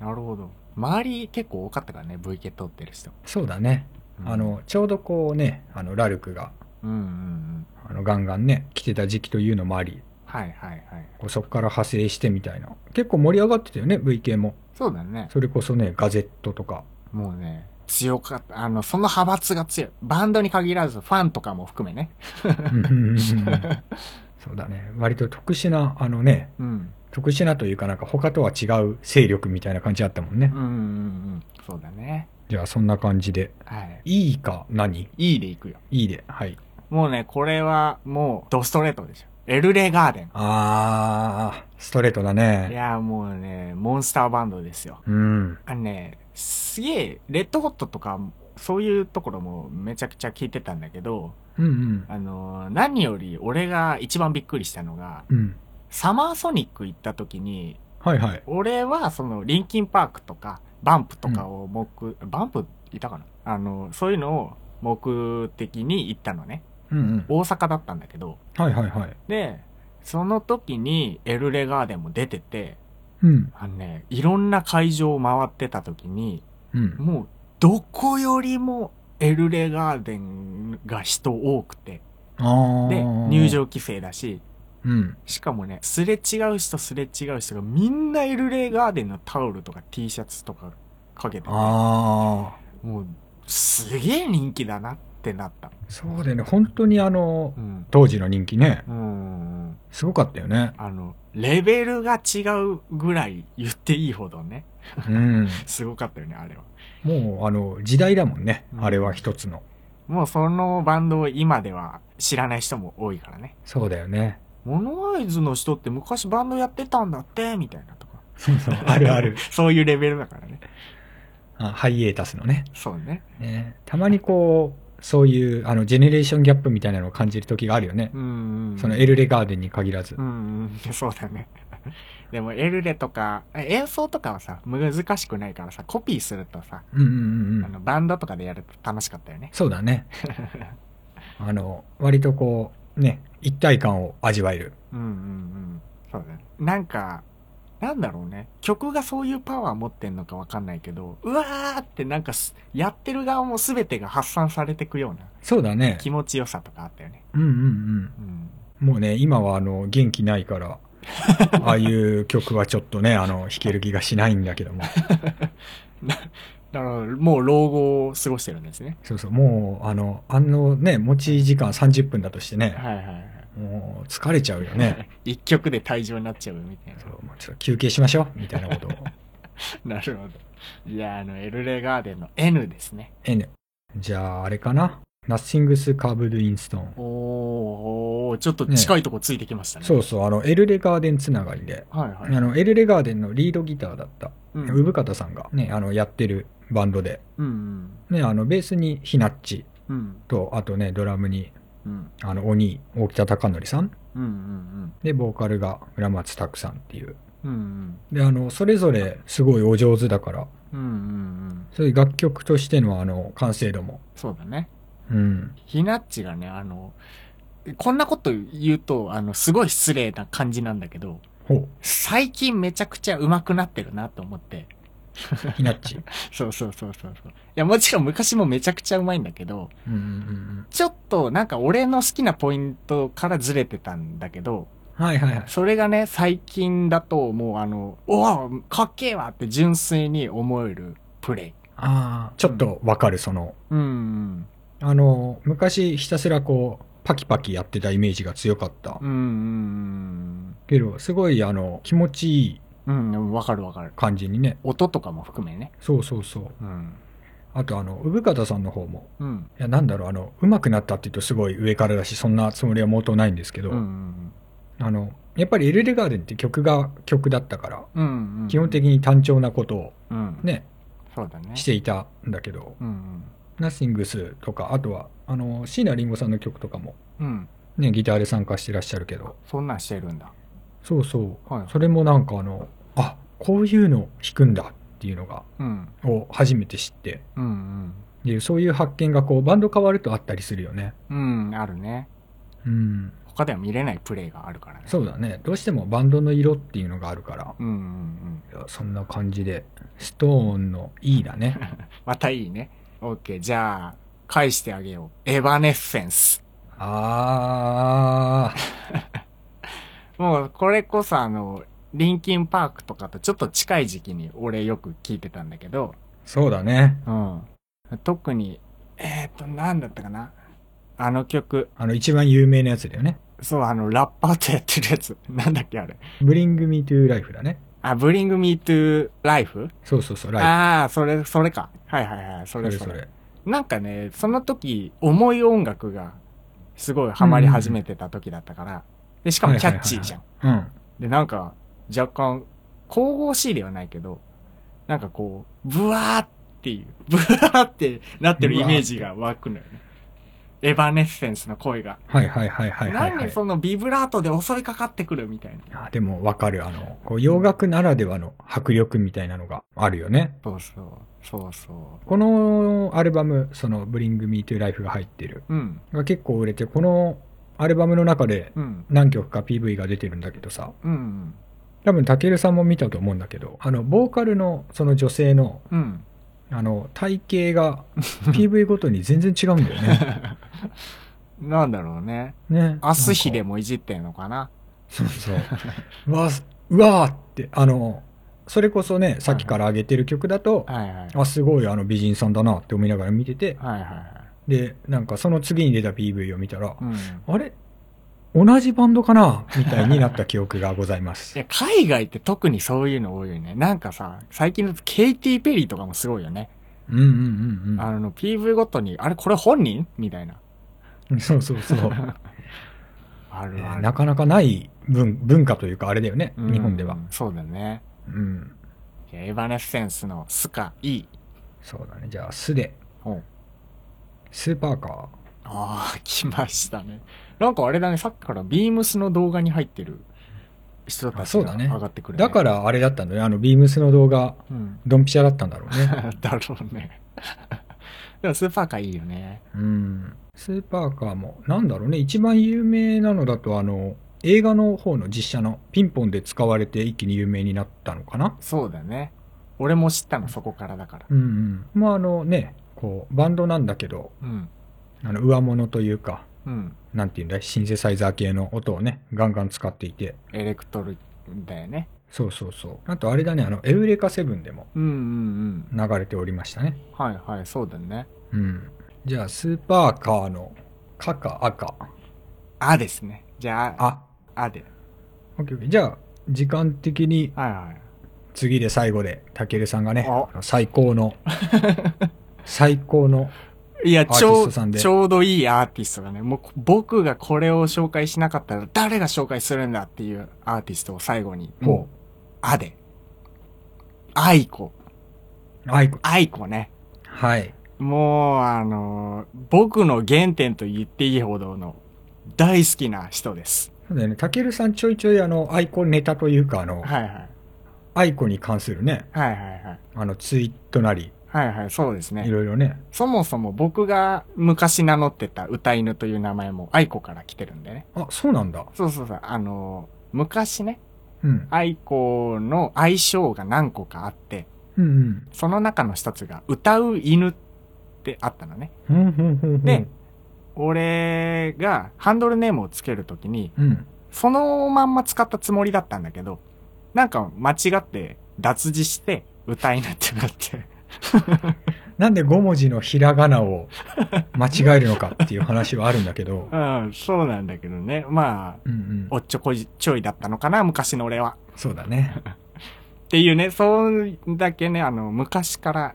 S2: なるほど。周り結構多かったからね、VK 撮ってる人。
S1: そうだね。
S2: うん
S1: あ、の、ちょうどこうね、あの、ラルクが、
S2: うんうんうん。
S1: あの、ガンガンね、来てた時期というのもあり、
S2: はいはいはい。
S1: こうそこから派生してみたいな。結構盛り上がってたよね、VK も。
S2: そうだね。
S1: それこそね、ガゼットとか。
S2: もうね、強かった。あの、その派閥が強い。バンドに限らず、ファンとかも含めね。
S1: うんうんうんうんそうだね。割と特殊な、あのね、
S2: うん。
S1: 特殊なというかなんか他とは違う勢力みたいな感じあったもんね
S2: う。んうんうん。そうだね。
S1: じゃあそんな感じで。
S2: はい。
S1: いいか何
S2: いいでいくよ。
S1: いいで。はい。
S2: もうね、これはもうドストレートでしょ。エルレガーデン。
S1: あー、ストレートだ
S2: い
S1: ね。
S2: や、もうね、モンスターバンドですよ。
S1: うん。
S2: あのね、すげえ、レッドホットとか、そういうところもめちゃくちゃ聞いてたんだけど、
S1: うんうん。
S2: あのー何より俺が一番びっくりしたのが、
S1: うん。
S2: サマーソニック行った時に、
S1: はいはい。
S2: 俺はその、リンキンパークとか、バンプとかを目、バンプいたかなあの、そういうのを目的に行ったのね。
S1: うんうん。
S2: 大阪だったんだけど、
S1: はいはいはい。
S2: で、その時にエルレガーデンも出てて、
S1: うん。
S2: あのね、いろんな会場を回ってた時に、
S1: うん。
S2: もう、どこよりもエルレガーデンが人多くて、
S1: あー。
S2: で、入。場規制だし、
S1: うん。
S2: しかもね、すれ違う人すれ違う人がみんなエルレガーデンのタオルとか T シャツとかかけてて、
S1: あ
S2: もう、すげえ人気だなってなった。
S1: ー。そうだよね。本当にあの
S2: う、ん。
S1: 当時の人気ね
S2: う。ん。
S1: すごかったよね。
S2: あの、レベルが違うぐらい言っていいほどね、
S1: うん。
S2: すごかったよね、あれは。
S1: もう、あの、時代だもんね
S2: う。ん
S1: あれは一つの。
S2: もうそのバンドを今では知らない人も多いからね。
S1: そうだよね。
S2: モノアイズの人って昔バンドやってたんだって、みたいなとか。
S1: そうそう。 あるある。。
S2: そういうレベルだからね。
S1: あハイエータスのね。
S2: そうね。
S1: ねたまにこう、そういう、あの、ジェネレーションギャップみたいなのを感じる時があるよね
S2: う。んうん。
S1: そのエルレガーデンに限らず
S2: う。ん うん。そうだね。でもエルレとか、演奏とかはさ、難しくないからさ、コピーするとさ、
S1: うんうんうんう
S2: あ
S1: ん。
S2: のバンドとかでやると楽しかったよね。
S1: そうだ ね。あの、割とこう、ね、一体感を味わえる。
S2: うんうんうん。そうだね。なんか、なんだろうね。曲がそういうパワー持ってんのかわかんないけど、うわーってなんかす、やってる側も全てが発散されてくような
S1: そうだね。
S2: 気持ちよさとかあったよね。
S1: うんうんうん。
S2: うん。
S1: もうね、今はあの、元気ない から、ああいう曲はちょっとね、あの、弾ける気がしないんだけども。
S2: だから、もう老後を過ごしてるんですね。
S1: そうそう、もう、あの、あのね、持ち時間30分だとしてね、
S2: はいはいはい。
S1: もう疲れちゃうよ ね。
S2: 一曲で退場になっちゃうみたい
S1: そう、もうちょっと休憩しましょう、みたいな ことを。
S2: な。なるほど。いやー、あの、エルレガーデンの N ですね。
S1: N。じゃあ、あれかな ?Nothing's Carved in Stone。
S2: おー、ちょっと近いとこついてきましたね。
S1: そうそう、あの、エルレガーデンつながりで、
S2: はいは
S1: あ
S2: い。
S1: の、エルレガーデンのリードギターだった、
S2: うん
S1: 産方さんがね、あの、やってるバンドで、
S2: うん
S1: ね、あの、ベースにひなっち
S2: うん。うん。
S1: と、あとね、ドラムに、
S2: うん。
S1: あの、鬼、大北隆則さん。
S2: うんうん
S1: で、ボーカルが村松拓さんっていう。
S2: うん。うんうん。
S1: で、あの、それぞれすごいお上手だから、
S2: うんうんうん。
S1: そういう楽曲としての、あの、完成度も。
S2: そうだね。
S1: うん。
S2: ひなっちがね、あの、こんなこと言うと、あの、すごい失礼な感じなんだけど、
S1: ほ
S2: 最近めちゃくちゃ上手くなってるなと思って。
S1: う、ひなっち。
S2: そうそうそうそうそう。いや、もちろん昔もめちゃくちゃうまいんだけど、
S1: うんうんうん
S2: ちょっとなんか俺の好きなポイントからずれてたんだけど、
S1: うん。はいはいはい。
S2: それがね、最近だともうあの、おわかっけえわって純粋に思えるプレイ。
S1: ああ、ちょっとわかる、その、
S2: うん
S1: あの、昔ひたすらこう、パキパキやってたイメージが強かった
S2: うん。うん。うん
S1: けど、すごい、あの、気持ちいい
S2: うん。うん、わかるわかる。
S1: 感じにね。
S2: 音とかも含めね。
S1: そうそうそう。
S2: うん。
S1: あと、あの、産方さんの方も、
S2: うん。
S1: いや、なんだろう、あの、上手くなったって言うとすごい上からだし、そんなつもりは毛頭ないんですけど、
S2: うんうん
S1: あの、やっぱりエルレガーデンって曲が曲だったから、
S2: うん。うんうん
S1: 基本的。に単調なことを
S2: うん。。
S1: ね、
S2: そうだね。
S1: していたんだけど、
S2: うん
S1: ナッシングスとか、あとは、あの、椎名林檎さんの曲とかも、
S2: うん。うん。
S1: ね、ギターで参加してらっしゃるけど、
S2: そんなんしてるんだ。
S1: そうそう。
S2: はい。
S1: それもなんかあの、あ、こういうの弾くんだっていうのが、
S2: うん。
S1: を初めて知って、
S2: うん
S1: で、そういう発見がこう、バンド変わるとあったりするよね。
S2: うん。うん、あるね。
S1: うん。
S2: 他では見れないプレイがあるからね。
S1: そうだね。どうしてもバンドの色っていうのがあるから、
S2: うんうんうん。
S1: いやそんな感じで、ストーンの E だね。
S2: またいいね。オッケー、じゃあ、返してあげよう。エヴァネッセンス。
S1: あ
S2: もう、これこそあの、リンキンパークとかとちょっと近い時期に俺よく聞いてたんだけど、
S1: ー、そうだね。
S2: うん。特に、えっ、ー、と、なんだったかなあの曲、
S1: あの、一番有名なやつだよね。
S2: そう、あの、ラッパーとやってるやつ。 なんだっけ、あれ。
S1: ブリングミートゥーライフだね。
S2: あ、Bring Me to Life?
S1: そうそうそう、ライ
S2: ああ、それ、それか。はいはいはい、そ
S1: フ。
S2: れ
S1: それ
S2: それ。
S1: それ。
S2: なんかね、その時、重い音楽が、すごいハマり始めてた時だったから、で、しかもキャッチーじゃん。
S1: うん。
S2: で、なんか、若干、神々しいではないけど、なんかこう、ブワーっていう、ブワーってなってるイメージが湧くのよね。エヴァネッセンスの声が。
S1: はいはいはいはいはい、は
S2: 何
S1: い。
S2: そのビブラートで襲いかかってくるみたいな。
S1: あでもわかる。あの、こう洋楽ならではの迫力みたいなのがあるよね。
S2: そうそう、そうそ
S1: このアルバム、その Bring Me to Life が入ってる。
S2: う。うん、
S1: が結構売れて、このアルバムの中で
S2: うん、
S1: 何曲か PV が出てるんだけどさ、
S2: うん、
S1: 多分たけるさんも見たと思うんだけど、あの、ボーカルのその女性の、
S2: うん。
S1: あの、体型 が PV ごとに全然違うんだよね。
S2: なんだろうね。
S1: ね。
S2: アスヒでもいじってんのかな。
S1: そうそう。うわ、うわーって、あの、それこそね、さっきから上げてる曲だと、
S2: はいはい。
S1: あ、すごいあの美人さんだなって思いながら見てて、
S2: はいはいはい。
S1: で、なんかその次に出た PV を見たら、
S2: うん。い
S1: あれ同じバンドかなみたいになった記憶がございます。
S2: や、海外って特にそういうの多いよね。なんかさ、最近のケイティ・ペリーとかもすごいよね。
S1: うんうんうん
S2: あの、PV ごとに、あれこれ本人みたいな。
S1: うん。そうそう そう。
S2: あ
S1: え
S2: るあ
S1: ー
S2: る。
S1: なかなかない文文化というかあれだよね、
S2: うん
S1: 日本では。。
S2: そうだね。
S1: うん。
S2: いやエヴァネッセンスのスカ、イい。
S1: そうだね。じゃあ、素で、
S2: うん
S1: スーパーカ
S2: ああ、来ましたね。なんかあれだね、さっきからビームスの動画に入ってる人た
S1: あ
S2: ち
S1: そう
S2: が
S1: だね
S2: 上がってく
S1: ー。
S2: る、、
S1: だかららあれだったんだね。あの、ビームスの動画、
S2: うん。
S1: ドンピシャだったんだろうね。
S2: だろうね。 でもスーパーカーいいよね。
S1: うん。スーパーカーも、なんだろうね、一番有名なのだと、あの、映画の方の実写のピンポンで使われて一気に有名になったのかな
S2: そうだね。俺も知ったの、そこからだから。
S1: うんうん。まあ、あのね、こう、バンドなんだけど、
S2: うん。
S1: あの、上物というか、
S2: うん。
S1: なんていうんだい、シンセサイザー系の音をね、ガンガン使っていて、
S2: エレクトルだよね。
S1: そうそうそう。あとあれだね、あの、エウレカセブンでも
S2: うんうん
S1: 流れておりましたね。
S2: うん。はいはい、そうだね。
S1: うん。じゃあ、スーパーカーの、カか赤。
S2: あですね。じゃあ、
S1: あ、
S2: あで。
S1: オッケーオッケー。じゃあ、時間的に
S2: はいはい。
S1: 次で最後で、たけるさんがね
S2: あ、
S1: あの最高 の、最高の、
S2: いや、
S1: アーティス
S2: ちょ
S1: ト
S2: う、
S1: さんで
S2: ちょうどいいアーティストがね、もうこ僕がこれを紹介しなかったら誰が紹介するんだっていうアーティストを最後に、も
S1: も
S2: う、あで。あいこ。
S1: う、アイコ。
S2: あいこね。
S1: はい。
S2: もう、あのー僕の原点と言っていいほどの大好きな人です。
S1: そうだよね、たけるさんちょいちょいあの、アイコネタというか、あの、
S2: はいはい。
S1: アイコに関するね、
S2: はいはいはい。
S1: あの、ツイートなり、
S2: はいはい、そうです
S1: い
S2: ね。
S1: ろいろね。
S2: そもそも僕が昔名乗ってた歌犬という名前も愛子から来てるんでね。
S1: あ、そうなんだ。
S2: そうそうそう、あのー昔ね、
S1: うん。
S2: 愛子の愛称が何個かあって、
S1: うんうん。
S2: その中の一つが歌う犬ってあったのね。
S1: うんうんうんうん。
S2: で俺がハンドルネームをつけるときに、
S1: うん。
S2: そのまんま使ったつもりだったんだけど、なんか間違って脱字して歌いなってなって。、
S1: なんで5文字のひらがなを間違えるのかっていう話はあるんだけど
S2: うん、そうなんだけどね。まあ、
S1: うんうん
S2: お。っちょこいちょいだったのかな、昔の俺は。
S1: そうだね。
S2: っていうね、そんだけね、あの、昔から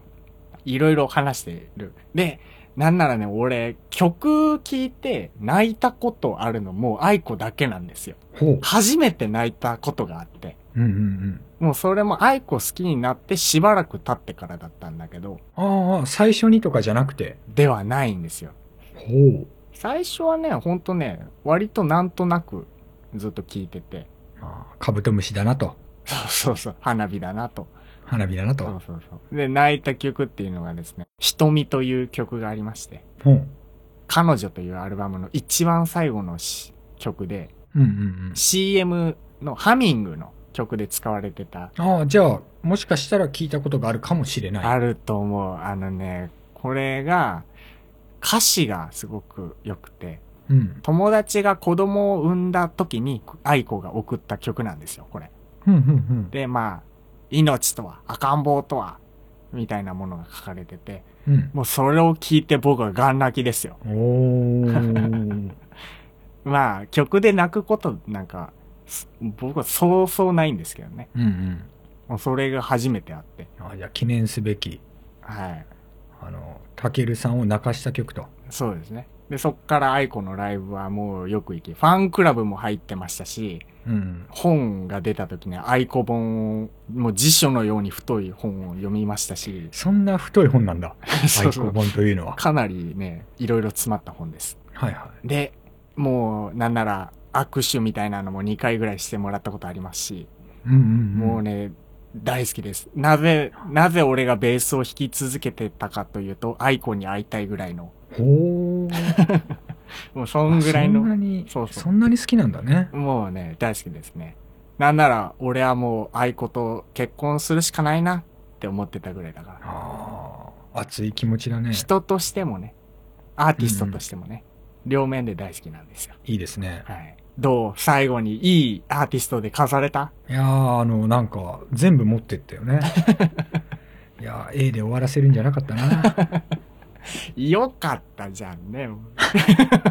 S2: いろいろ話してる。で、なんならね、俺、曲聴いて泣いたことあるのもう愛子だけなんですよ。
S1: ほ
S2: 初めて泣いたことがあって。
S1: う。うんうん
S2: もうそれも愛子好きになってしばらく経ってからだったんだけど、
S1: うん。ああ、最初にとかじゃなくて。
S2: ではないんですよ。
S1: ほう。
S2: 最初はね、ほんとね、割となんとなくずっと聞いてて、
S1: ああ、カブトムシだなと。
S2: そうそうそう、花火だなと。
S1: 花火だな
S2: そう
S1: と。
S2: そうそう。で、泣いた曲っていうのがですね、瞳という曲がありまして、
S1: ほう。
S2: 彼女というアルバムの一番最後のし曲で、
S1: うんうんうん。
S2: CM のハミングの曲で使われてた、
S1: ああ、じゃあ、もしかしたら聞いたことがあるかもしれない。
S2: あると思う。あのね、これが、歌詞がすごく良くて、
S1: うん。
S2: 友達が子供を産んだ時に愛子が送った曲なんですよ、これ。
S1: うんうんうん。
S2: で、まあ、命とは、赤ん坊とは、みたいなものが書かれてて、
S1: うん。
S2: もうそれを聞いて僕はガン泣きですよ。
S1: おー。
S2: まあ、曲で泣くことなんか、す僕はそうそうないんですけどね。
S1: うんうん。
S2: もうそれが初めてあって。
S1: あじゃあ記念すべき、
S2: はい。
S1: あの、たけるさんを泣かした曲と。
S2: そうですね。で、そっから愛子のライブはもうよく行き、ファンクラブも入ってましたし、
S1: うん。
S2: 本が出た時に愛子本を、もう辞書のように太い本を読みまし
S1: 、
S2: たし
S1: そんな太い本なん だ。
S2: そ
S1: 愛
S2: うそ
S1: 子
S2: う
S1: 本というのは。
S2: かなりね、いろいろ詰まった本です。
S1: はいは
S2: で、もうなんなら握手みたいなのも2回ぐらいしてもらったことありますし、
S1: い。うんうん、
S2: もう
S1: ね。
S2: ね、大好きです。なぜ、なぜ俺がベースを弾き続けてたかというと、アイコンに会いたいぐらいの、
S1: ほー。
S2: もうそんぐらい
S1: あそんな
S2: の、
S1: に
S2: そうそう
S1: そんなに好きなんだね。
S2: もうね、大好きですね。なんなら、俺はもう愛子と結婚するしかないなって思ってたぐらいだから。
S1: ああ、熱い気持ちだね。
S2: 人としてもね、アーティストとしてもね、両面で大好きなんですよ。
S1: いいですね。
S2: はい。どう最後にいいアーティストで飾れた
S1: いやー、あの、なんか、全部持ってったよ ね。いやー、A で終わらせるんじゃなかった な。
S2: よかったじゃんね。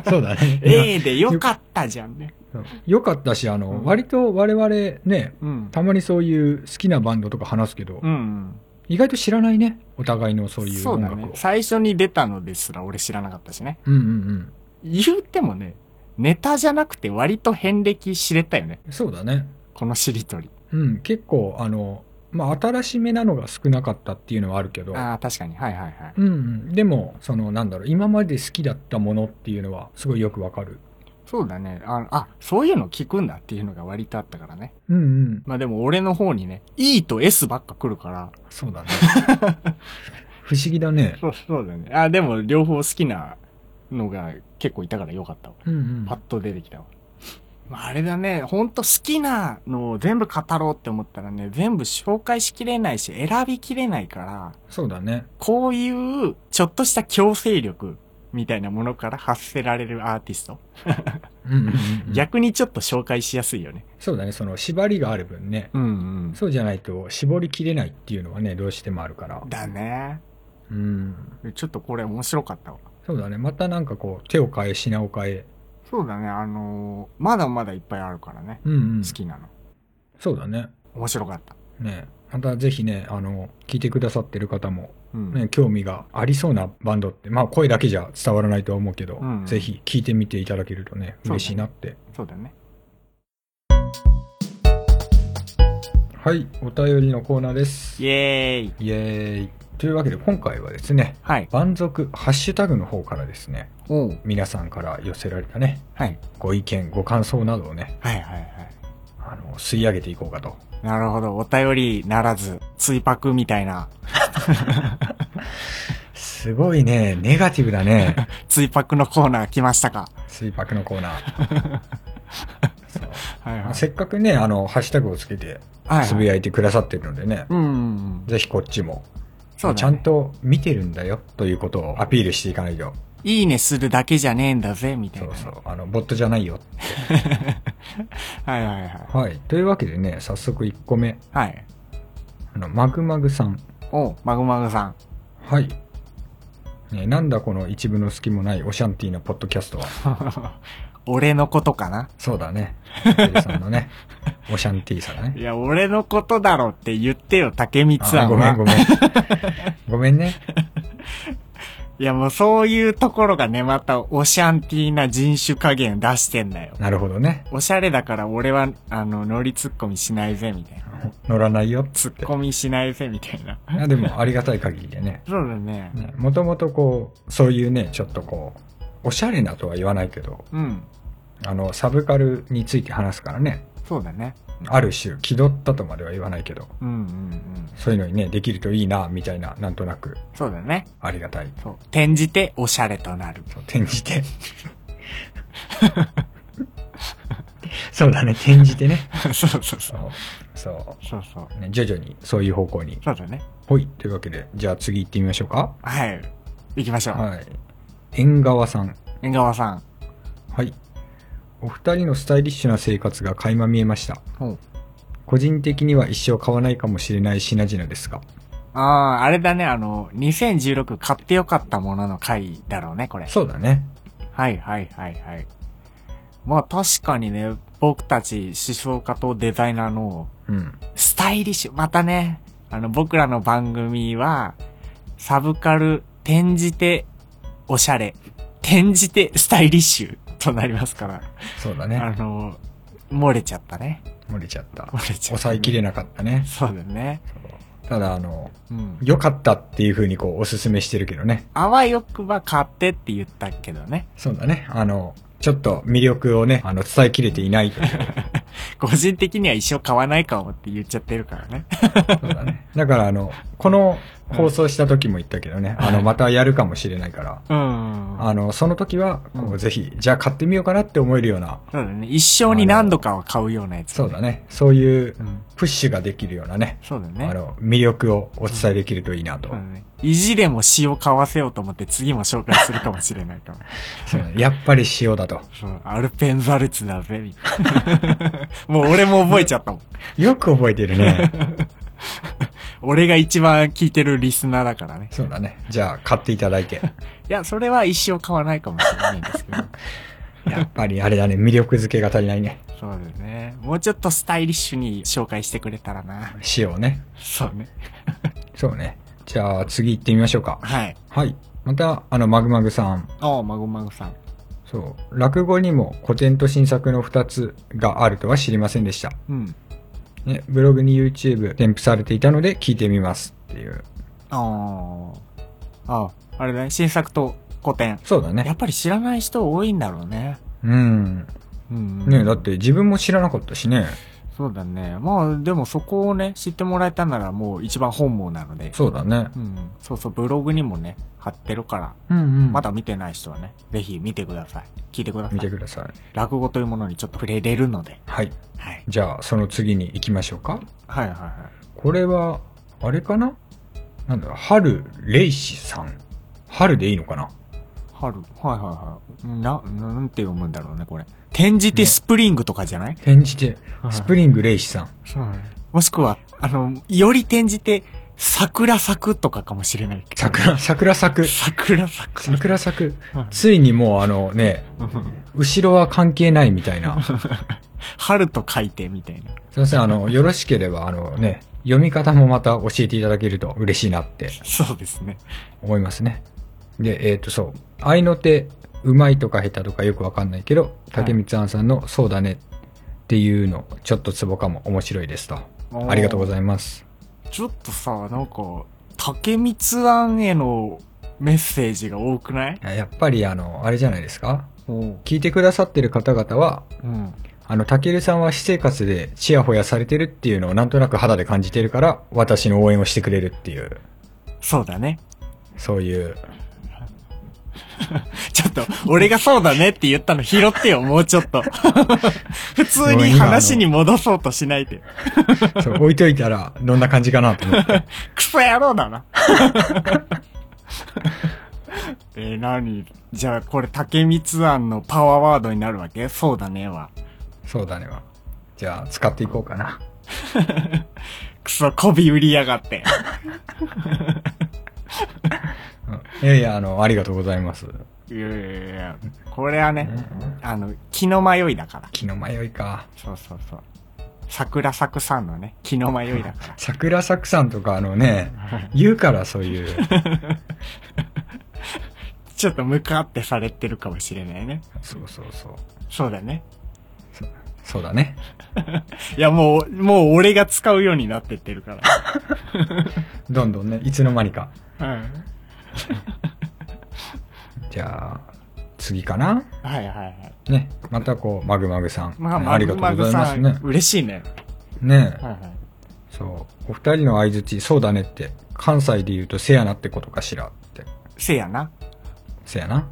S1: そうだね。
S2: A でよかったじゃんね。
S1: うんよかったし、あの、
S2: うん
S1: 割と我々ね、
S2: うん。
S1: たまにそういう好きなバンドとか話すけど、
S2: うんうん。
S1: 意外と知らないね。お互いのそういう
S2: そう
S1: 音
S2: だ
S1: 楽を。
S2: ね。最初に出たのですら俺知らなかったしね。
S1: うんうん
S2: 言うてもね、ネタじゃなくて割と遍歴知れたよね。
S1: うん。そうだね。
S2: このしりとり。
S1: うん、結構、あの、まあ、新しめなのが少なかったっていうのはあるけど、
S2: ああ、確かに。はいはいはい。
S1: うんうん、でも、その、なんだろう、今まで好きだったものっていうのは、すごいよくわかる。
S2: そうだねあ。あ、そういうの聞くんだっていうのが割とあったからね。
S1: うんうん、
S2: まあでも俺の方にね、E と S ばっか来るから。
S1: そうだね。 不思議だね。
S2: そうそうだね。あ、でも両方好きなのが結構いたからよかったわ。
S1: うんうん
S2: パッと出てきたわ。まああれだね、ほんと好きなのを全部語ろうって思ったらね、全部紹介しきれないし、選びきれないから、
S1: そうだね。
S2: こういうちょっとした強制力みたいなものから発せられるアーティスト。
S1: うんうんうんうん
S2: 逆にちょっと紹介しやすいよね。
S1: そうだね、その、縛りがある分ね。
S2: うんうん。
S1: そうじゃないと、絞りきれないっていうのはね、どうしてもあるから。
S2: だね。
S1: うん。
S2: ちょっとこれ面白かったわ。
S1: そうだね、またなんかこう、手を変え、品を変え。
S2: そうだね、あのーまだまだいっぱいあるからね。
S1: うんうん。
S2: 好。きなの。
S1: そうだね。
S2: 面白かった。
S1: ね。またぜひね、あの、聞いてくださってる方も、
S2: うん。
S1: ね、興味がありそうなバンドって、まあ声だけじゃ伝わらないとは思うけど、
S2: うん
S1: ぜひ聞いてみていただけるとね、
S2: そうだね
S1: 嬉しいなって。
S2: そうだね。
S1: はい、お便りのコーナーです。
S2: イ
S1: イエ
S2: エーイ。
S1: ーイ。というわけで今回はですね、
S2: はい。
S1: 満足ハッシュタグの方からですね、
S2: おう。
S1: 皆さんから寄せられたね、
S2: はい。
S1: ご意見、ご感想などをね、
S2: はいはいはい。
S1: あの、吸い上げていこうかと。
S2: なるほど。お便りならず、追泊みたいな、
S1: すごいね、ネガティブだ ね。
S2: 追泊のコーナー来ましたか。
S1: 水泊のコーナー。そう
S2: はいはい。
S1: せっかくね、あの、ハッシュタグをつけて
S2: は
S1: つぶ
S2: い。
S1: やいてくださってるのでね、
S2: うんうんうん。
S1: ぜひこっちも、
S2: そうだ、ね、
S1: ちゃん。と見てるんだよということをアピールしていかないと。
S2: いいねするだけじゃねえんだぜ、みたい
S1: そ
S2: なね。
S1: うそう。あの、ボットじゃないよ。
S2: はいはいはい。
S1: はい。というわけでね、早速1個目。
S2: はい。
S1: あの、マグマグさん。
S2: おう、マグマグさん。
S1: はい。ね、なんだこの一部の隙もないオシャンティーなポッドキャストは。
S2: 俺のことかな
S1: そうだ ね。竹内さんのね、オシャンティーさんだね
S2: い。や、俺のことだろって言ってよ、竹光さ
S1: あ
S2: んは。
S1: ごめんごめん。ごめんね。
S2: いや、もうそういうところがね、またオシャンティーな人種加減出してんだよ。
S1: なるほどね。
S2: おしゃれだから俺は、あの、ノリツッコミしないぜ、みたいな。
S1: 乗らないよっつ
S2: ツ
S1: っ
S2: ッ
S1: て。
S2: コミしないぜ、みたいな。
S1: いやでもありがたい限りでね。
S2: そうだね。
S1: ねもともとこう、そういうね、ちょっとこう、おしゃれなとは言わないけど、
S2: うん。
S1: あの、サブカルについて話すからね、
S2: そうだね。
S1: ある種、気取ったとまでは言わないけど、
S2: うんうんうん。
S1: そういうのにね、できるといいな、みたいな、なんとなく、
S2: そうだね。
S1: ありがたい。
S2: そう。転じておしゃれとなる。
S1: そう、転じて。そうだね、転じてね。
S2: そうそうそ。
S1: そうう。そ
S2: そうそう。
S1: う。ね、徐々にそういう方向に。
S2: そうだね。
S1: ほい。というわけで、じゃあ次行ってみましょうか。
S2: はい。行きましょう。
S1: はい。縁側さん。
S2: 縁側さん。
S1: はい。お二人のスタイリッシュな生活が垣間見えました。
S2: うん。
S1: 個人的には一生買わないかもしれない品々ですが。
S2: ああ、あれだね、あの、2016買ってよかったものの回だろうね、これ。
S1: そうだね。
S2: はいはいはいはい。まあ確かにね、僕たち思想家とデザイナーの
S1: うん。
S2: スタイリッシュ。またね、あの僕らの番組は、サブカル、転じて、おしゃれ、転じて、スタイリッシュとなりますから。
S1: そうだ
S2: あ
S1: ね。
S2: の、漏れちゃったね。
S1: 漏れちゃった。
S2: 漏れちゃった、ね。
S1: 抑えきれなかったね。
S2: そうだね。
S1: ただ、あの、
S2: うん。
S1: 良かったっていう風にこう、おすすめしてるけどね。
S2: あわよくば買ってって言ったけどね。
S1: そうだね。あの、ちょっと魅力をね、あの、伝えきれていないという。
S2: 個人的には一生買わないかもって言っちゃってるからね。
S1: そうだ ね。だから、あの、この放送した時も言ったけどね、あの、またやるかもしれないから、
S2: うん。
S1: あの、その時は、こ
S2: う
S1: う、
S2: ん
S1: ぜひ、じゃあ買ってみようかなって思えるような、
S2: そうだね。一生に何度かは買うようなやつ、
S1: そうだ。ね。そういう
S2: う、ん。
S1: プッシュができるようなね、
S2: そうだ
S1: あ
S2: ね。
S1: の、魅力をお伝えできるといいなと
S2: そうだ。ね。意地でも詩を買わせようと思って次も紹介するかもしれないから。
S1: そうだねやっぱり塩だと。
S2: そう、アルペンザルツだぜ、みたいな。 もう俺も覚えちゃったもん。
S1: よく覚えてるね。
S2: 俺が一番聞いてるリスナーだからね。
S1: そうだね。じゃあ、買っていただいて。
S2: いや、それは一生買わないかもしれないんですけど。
S1: やっぱりあれだね、魅力付けが足りないね。
S2: そうですね。もうちょっとスタイリッシュに紹介してくれたらな。
S1: 塩ね。
S2: そうね。
S1: そうね。じゃあ、次行ってみましょうか。
S2: はい。
S1: はい。また、あの、マグマグさん。
S2: ああ、まごまごさん。
S1: そう。落語にも古典と新作の二つがあるとは知りませんでした。
S2: うん。
S1: ね、ブログに YouTube 添付されていたので聞いてみますっていう。
S2: ああ。ああ、あれだね。新作と古典。
S1: そうだ
S2: や
S1: ね。
S2: っぱり知らない人多いんだろうね。
S1: うん。
S2: うん、うん。
S1: ねだっ。て自分も知らなかったしね。
S2: そうだね。まあ、でもそこをね、知ってもらえたならもう一番本望なので。
S1: そうだね。
S2: うん。そうそう、ブログにもね、貼ってるから、
S1: うんうん
S2: まだ見てない人はね、ぜひ見てください。聞いてくださ
S1: 見て
S2: い。
S1: ください。
S2: 落語というものにちょっと触れれるので。
S1: はい。
S2: はい。
S1: じゃあ、その次に行きましょうか。
S2: はいはいはい。
S1: これは、あれかななんだろう、春レイシさん。春でいいのかな
S2: 春。はいはいはい。な、なんて読むんだろうね、これ。転じてスプリングとかじゃない、
S1: 転じて、
S2: はい
S1: スプリングレイシさん。
S2: そうね。もしくは、あの、より転じて、桜咲くとかかもしれない。
S1: 桜、桜咲く。
S2: 桜咲く。
S1: 桜咲く。
S2: はい
S1: ついにもうあのね、後ろは関係ないみたいな。
S2: 春と書いてみたいな。
S1: すいません、あの、よろしければ、あのね、読み方もまた教えていただけると嬉しいなって
S2: そうですね。
S1: 思いますね。で、えっ、と、そう。愛の手、うまいとか下手とかよくわかんないけど、竹光庵さんの、そうだねっていうの、ちょっとツボかも面白いですと。 ありがとうご
S2: い
S1: ざいます。
S2: ます。ちょっとさ、なんか、竹光庵へのメッセージが多くない
S1: やっぱり、あの、あれじゃないですか
S2: うん。
S1: 聞いてくださってる方々は、
S2: うん。
S1: あの、たけるさんは私生活でチヤホヤされてるっていうのをなんとなく肌で感じてるから、私の応援をしてくれるっていう、
S2: そうだね。
S1: そう いう、
S2: ちょっと、俺がそうだねって言ったの拾ってよ、もうちょっと。 普通に話に戻そうとしないで。
S1: そう、置いといたらどんな感じかなと思って。
S2: クソ野郎だな。 えー、何じゃあ、これ、竹光庵のパワーワードになるわけそうだねは。
S1: そうだねわ。じゃあ、使っていこうかな。
S2: クソ、媚び売りやがって。
S1: うんいやいや、あの、ありがとうございます。
S2: いやいやいや、これはね、あの、気の迷いだから。
S1: 気の迷いか。
S2: そうそうそう。桜咲くさんのね、気の迷いだか
S1: 桜作さんとかあのね、
S2: ら。
S1: 言うからそういう、
S2: ちょっとムカってされてるかもしれないね。
S1: そうそうそう。
S2: そうだね。
S1: そうだね。
S2: いや、もう、もう俺が使うようになってってるか
S1: どんどんね、いつの間にか。
S2: ら。うん。
S1: じゃあ、次かな
S2: はいはいはい。
S1: ね、またこう、マグマグさん。
S2: まあ、
S1: ね
S2: マ
S1: ありが
S2: グ
S1: と
S2: マ
S1: うご
S2: グ
S1: ざいま
S2: さ
S1: す
S2: ん、
S1: ね。
S2: 嬉しいね。
S1: ね
S2: はいはい。
S1: そう。お二人の相槌そうだねって、関西で言うとせやなってことかしらって。
S2: せやな。
S1: せやな。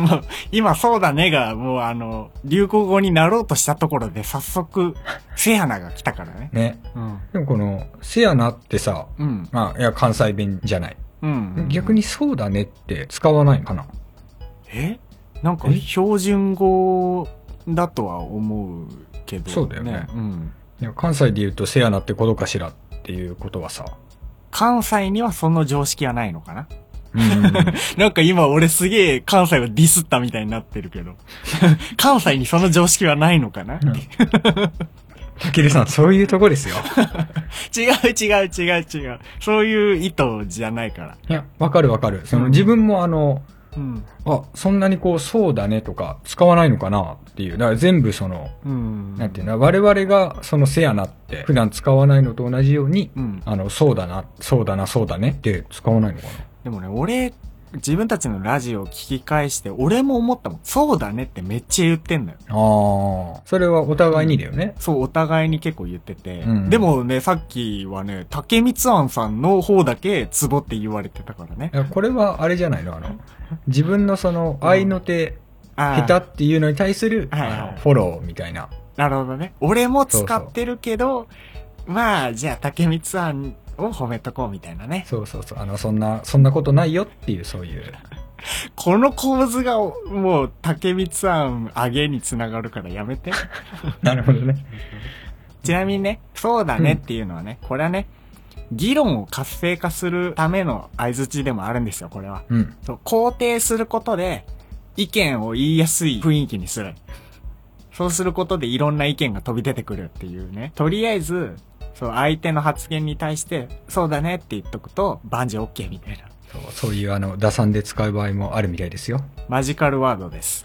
S2: もう、今そうだねが、もうあの、流行語になろうとしたところで、早速、せやなが来たからね。
S1: ね。
S2: うん。
S1: でもこの、せやなってさ、
S2: うん。
S1: まあ、いや、関西弁じゃない。
S2: うん。
S1: 逆にそうだねって使わないかな。
S2: えなんか
S1: え
S2: 標準語だとは思うけど、
S1: そうだよね
S2: うん。
S1: いや、関西で言うとせやなってことかしらっていうことはさ、
S2: 関西にはその常識はないのかな
S1: うん
S2: なんか今俺すげえ関西をディスったみたいになってる けど。関西にその常識はないのかな、
S1: うんたけるさん、そういうとこですよ。
S2: 違う違う違う違う。そういう意図じゃないから。
S1: いや、わかるわかる。その
S2: うん
S1: 自分もあの、
S2: うん。
S1: あ、そんなにこう、そうだねとか、使わないのかなっていう。だから全部その、
S2: うん。
S1: なんていうの、我々がそのせやなって、普段使わないのと同じように、
S2: うん。
S1: あの、そうだな、そうだな、そうだねって使わないのかな。
S2: でもね、俺、自分たちのラジオを聞き返して、俺も思ったもん。そうだねってめっちゃ言ってんのよ。
S1: ああ。それはお互いにだよね。
S2: そう、お互いに結構言ってて。
S1: うん
S2: でもね、さっきはね、竹光庵さんの方だけ、ツボって言われてたからね。
S1: いやこれはあれじゃないのあの、自分のその、
S2: うん
S1: 愛の手、
S2: あー
S1: 下手っていうのに対する、
S2: はいはい
S1: あのフォローみたいな。
S2: なるほどね。俺も使ってるけど、まあ、じゃあ竹光庵を褒めとこうみたいなね。
S1: そうそうそう。あの、そんな、そんなことないよっていう、そういう。
S2: この構図が、もう、竹光庵上げにつながるから やめて。
S1: なるほどね。
S2: ちなみにね、そうだねっていうのはね、これはね、議論を活性化するための相づちでもあるんですよ、これは。
S1: うん。
S2: そう、肯定することで、意見を言いやすい雰囲気にする。そうすることでいろんな意見が飛び出てくるっていうね。とりあえず、そう、相手の発言に対して、そうだねって言っとくと、万事 OK みたいな。
S1: そうそういう、あの、打算で使う場合もあるみたいですよ。
S2: マジカルワードです。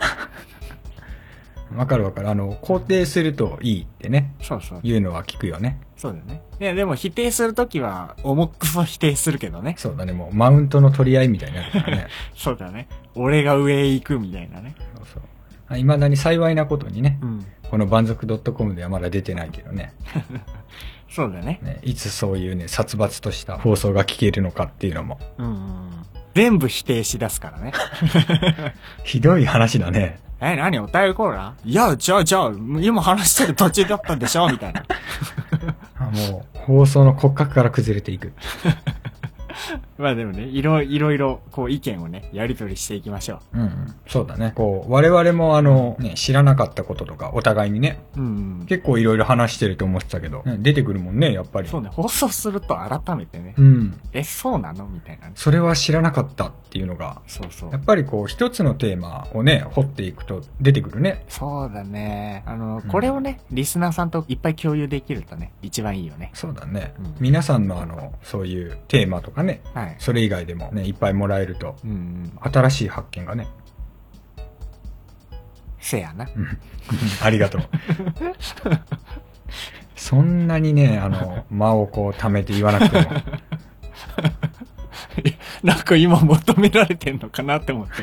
S1: わかるわかる。あの、肯定するといいってね、
S2: そうそう。
S1: いうのは聞くよね。
S2: そうだね。で、でも否定するときは、重くそ否定するけどね。
S1: そうだね、もう、マウントの取り合いみたいになる からね。
S2: そうだね。俺が上へ行くみたいなね。
S1: そうそう。あ未だに幸いなことにね
S2: う、ん。
S1: この万族 .com ではまだ出てないけどね
S2: そうだね。
S1: ね、いつそういうね、殺伐とした放送が聞けるのかっていうのも、
S2: うんうんうん。全部否定しだすからね。
S1: ひどい話だね。
S2: え、何お便りコーナーいや、じゃあじゃあ、今話してる途中だったんでしょみた いな。
S1: あもう、放送の骨格から崩れていく。
S2: まあでもね、いろいろいろ、こう意見をね、やり取りしていきましょ
S1: うん、うん。そうだね。こう、我々もあの、ね、知らなかったこととか、お互いにね、
S2: う。うん。
S1: 結構いろいろ話してると思ってたけど、ね出てくるもんね、やっぱり。
S2: そうね、放送すると改めてね、
S1: うん。
S2: え、そうなのみたいなね。
S1: それは知らなかったっていうのが、
S2: そうそう
S1: や。っぱりこう、一つのテーマをね、掘っていくと出てくるね。
S2: そうだね。あ
S1: う
S2: の、
S1: ん
S2: これをね、リスナーさんといっぱい共有できるとね、一番いいよね。
S1: そうだね。
S2: うん
S1: 皆さんのあの、そういうテーマとかね、
S2: はい。
S1: それ以外でもね、いっぱいもらえると、
S2: うんうん。
S1: 新しい発見がね。
S2: せやな。
S1: うんありがとう。そんなにね、あの、間をこう貯めて言わなくて も。
S2: なんか今求められてんのかなって 思って。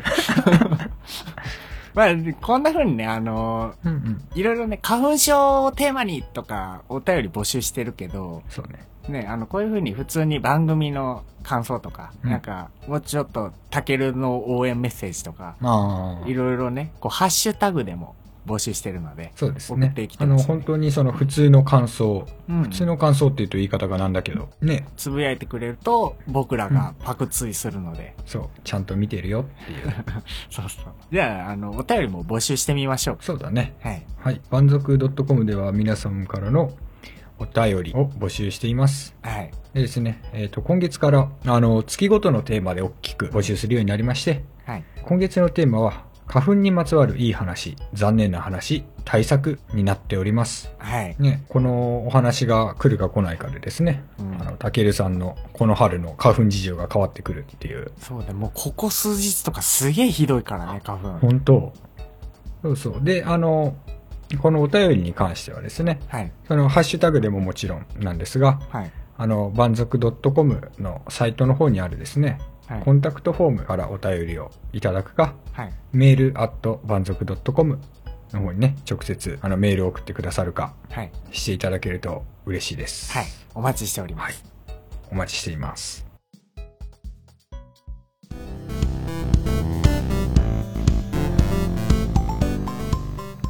S2: まあ、こんな風にね、あの
S1: うんうん。
S2: いろいろね、花粉症をテーマにとか、お便り募集してるけど、
S1: そうね。
S2: ね、あの、こういう風に普通に番組の感想とか、
S1: うん
S2: なんか、もうちょっと、たけるの応援メッセージとか、
S1: まあ
S2: い、ろいろね、こう、ハッシュタグでも募集してるので、
S1: そうです
S2: 送
S1: ね
S2: っていき。た
S1: あ
S2: いですね
S1: の、本当にその普通の感想、
S2: うん
S1: 普通の感想って言うと言い方がなんだけど、ね、
S2: つぶやいてくれると、僕らがパクツイするので、
S1: そう、ちゃんと見てるよっていう。
S2: そうそう。じゃあ、あの、お便りも募集してみましょう。
S1: そうだね。
S2: はい。
S1: はい。満足 .com では皆さんからのお便りを募集しています。
S2: はい。
S1: でですね、えっ、と、今月から、あの、月ごとのテーマで大きく募集するようになりまして、
S2: はい。
S1: 今月のテーマは、花粉にまつわるいい話、残念な話、対策になっております。
S2: はい。
S1: ね、このお話が来るか来ないかでですね、
S2: うん
S1: あの、たけるさんのこの春の花粉事情が変わってくるっていう。
S2: そうだ、もうここ数日とかすげえひどいからね、花粉。
S1: 本当そうそう。で、あの、このお便りに関してはですね、
S2: はい。
S1: そのハッシュタグでももちろんなんですが、
S2: はい。
S1: あの、万族 .com のサイトの方にあるですね、
S2: はい
S1: コ。ンタクトフォームからお便りをいただくか、
S2: はい。
S1: メールアット万族 .com の方にね、直接あのメールを送ってくださるか
S2: はい。
S1: していただけると嬉しいです。
S2: はい。お待ちしております。
S1: お待ちしています。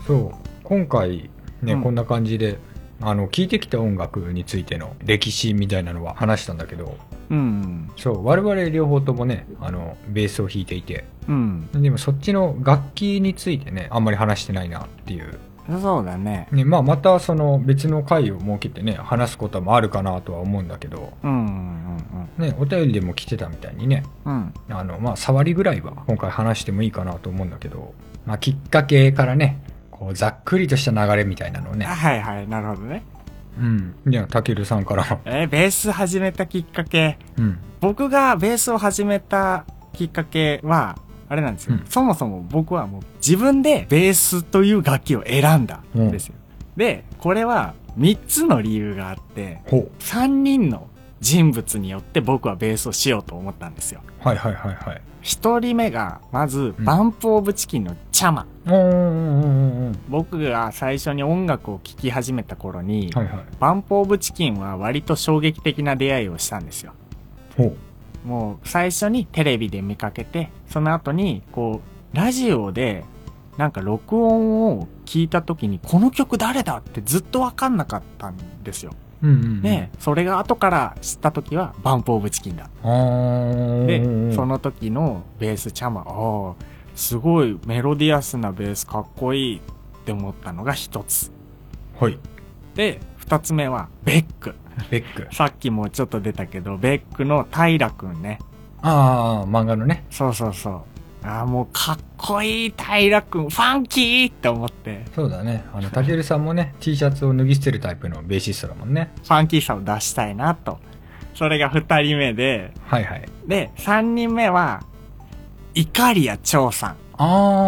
S1: そう、今回ね、
S2: うん
S1: こんな感じで、あの、聴いてきた音楽についての歴史みたいなのは話したんだけど、
S2: うん。
S1: そう、我々両方ともね、あの、ベースを弾いていて、
S2: うん。
S1: でもそっちの楽器についてね、あんまり話してないなっていう。
S2: そうだね。
S1: ね、まあまたその別の回を設けてね、話すこともあるかなとは思うんだけど、
S2: うんうんうんうん。
S1: ね、お便りでも来てたみたいにね、
S2: うん。
S1: あの、まあ、触りぐらいは今回話してもいいかなと思うんだけど、まあ、きっかけからね、こう、ざっくりとした流れみたいなのをね
S2: あ、はいはい、なるほどね。
S1: うん。じゃあ、たけるさんから、
S2: えーベース始めたきっかけ。
S1: うん。
S2: 僕がベースを始めたきっかけは、あれなんですよ。
S1: うん
S2: そもそも僕はもう自分でベースという楽器を選んだんですよ。で、これは3つの理由があって、
S1: ほう。
S2: 3人の人物によって僕はベースをしようと思ったんですよ。
S1: はいはいはいはい。
S2: 1人目が、まず、
S1: うん
S2: バンプオブチキンのチャマ。
S1: おーんうんうんうん。
S2: 僕が最初に音楽を聴き始めた頃に、
S1: はいはい。
S2: バンプオブチキンは割と衝撃的な出会いをしたんですよ。
S1: ほう。
S2: もう最初にテレビで見かけて、その後に、こう、ラジオで、なんか録音を聞いた時に、この曲誰だってずっとわかんなかったんですよ。
S1: うんうんうん。
S2: で、それが後から知った時は、バンプオブチキンだ。
S1: あー。
S2: で、そ
S1: の、
S2: の時のベースチャマ、ああ、すごいメロディアスなベースかっこいいって思ったのが一つ。
S1: はい。
S2: で、二つ目は、ベック。
S1: ベック。
S2: さっきもちょっと出たけど、ベックの平くんね。
S1: あー、漫画のね。
S2: そうそうそう。ああ、もうかっこいい平くん、ファンキーって思って、
S1: そうだね。あの、たけるさんもね、T シャツを脱ぎ捨てるタイプのベーシストだもんね。
S2: ファンキーさを出したいなと。それが二人目で、
S1: はいはい。
S2: で、三人目は、イカリア長さん。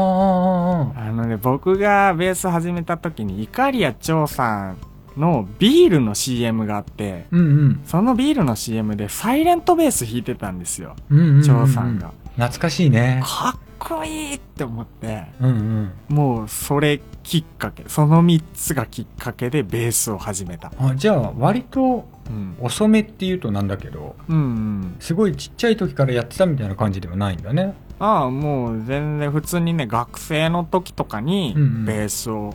S1: あ
S2: あのね、僕がベース始めた時に、イカリア長さんのビールの CM があって、
S1: ー。うんうん。
S2: そのビールの CM でサイレントベース弾いてたんですよ。
S1: うんうんうんうん。
S2: 長さんが。。
S1: 懐かしいね。
S2: かっこいいって思って、
S1: うんうん。
S2: もうそれきっかけ、その3つがきっかけでベースを始めた。
S1: あじゃあ割と
S2: うん。
S1: 遅めっていうとなんだけど
S2: うん、うん。
S1: すごいちっちゃい時からやってたみたいな感じではないんだね
S2: ああ、もう全然普通にね、学生の時とかに
S1: うんうん
S2: ベースを、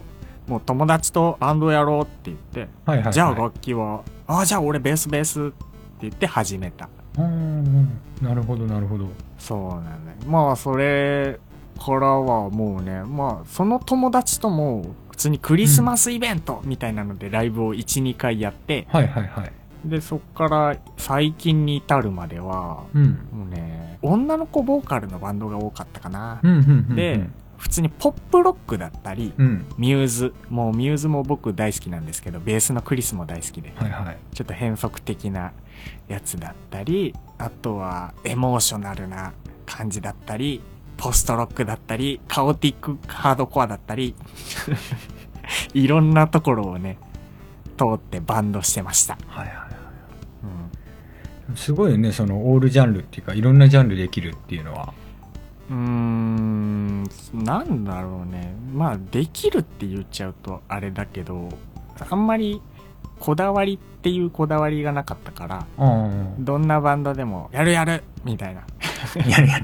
S2: もう友達とバンドやろうって言って、
S1: はいはい、はい、
S2: じゃあ楽器は、ああ、じゃあ俺ベースベースって言って始めた。
S1: うんうんなるほどなるほど
S2: そうなんだよ。まあそれからはもうね、まあその友達とも普通にクリスマスイベントみたいなのでライブを1、2回やって、
S1: はいはいはい
S2: で、そっから最近に至るまでは、
S1: うん
S2: もうね、女の子ボーカルのバンドが多かったかな。
S1: うんうんうんうん
S2: で普通にポップロックだったり、
S1: うん
S2: ミューズ、もうミューズも僕大好きなんですけど、ベースのクリスも大好きで、
S1: はいはい
S2: ちょっと変則的なやつだったり、あとはエモーショナルな感じだったり、ポストロックだったり、カオティックハードコアだったり、いろんなところをね、通ってバンドしてました。
S1: はいはいは
S2: うん
S1: いすごいよねそのオールジャンルっていうかいろんなジャンルできるっていうのは
S2: うーん、なんだろうね。まあ、できるって言っちゃうとあれだけど、あんまりこだわりっていうこだわりがなかったから、
S1: あ
S2: どんなバンドでも、やるやるみ たいな
S1: あいやいや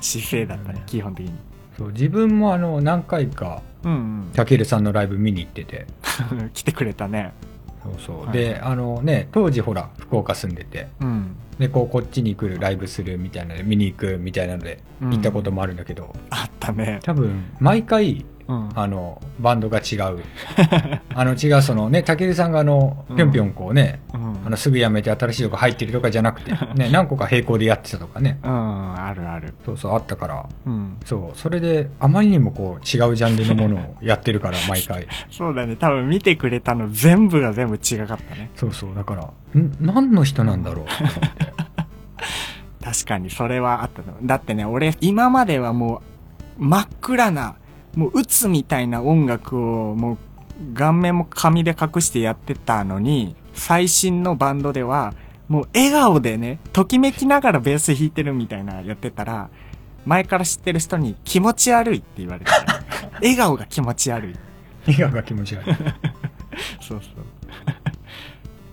S2: 姿勢だったね、基本的に。
S1: そう自分もあの何回か
S2: うん、
S1: たけるさんのライブ見に行ってて
S2: うん。 来てくれたね。
S1: そうそう、
S2: はい
S1: であのね当時ほら福岡住んでて
S2: うん。
S1: でこうこっちに来るライブするみたいなので見に行くみたいなので
S2: うん
S1: 行ったこともあるんだけど、
S2: あったね。
S1: 多分毎回
S2: うん。
S1: あのバンドが違 うあの違うそのね武井さんがあの
S2: うん
S1: ぴょんぴょんこうね、
S2: うん
S1: あのすぐやめて新しいとこ入ってるとかじゃな くて、ね、何個か並行でやってたとかね
S2: うん、あるある。
S1: そうそうあったから
S2: うん。
S1: そうそれであまりにもこう違うジャンルのものをやってるから毎 回
S2: そうだね。多分見てくれたの全部が全部違かったね。
S1: そうそうだからん何の人なんだ ろうと思って
S2: 確かにそれはあったの。だってね、俺、今まではもう、真っ暗な、もう、打つみたいな音楽を、もう、顔面も紙で隠してやってたのに、最新のバンドでは、もう、笑顔でね、ときめきながらベース弾いてるみたいなやってたら、前から知ってる人に気持ち悪いって言わ れてた。笑顔が気持ち悪い。
S1: 笑顔が気持ち悪い
S2: そうそう。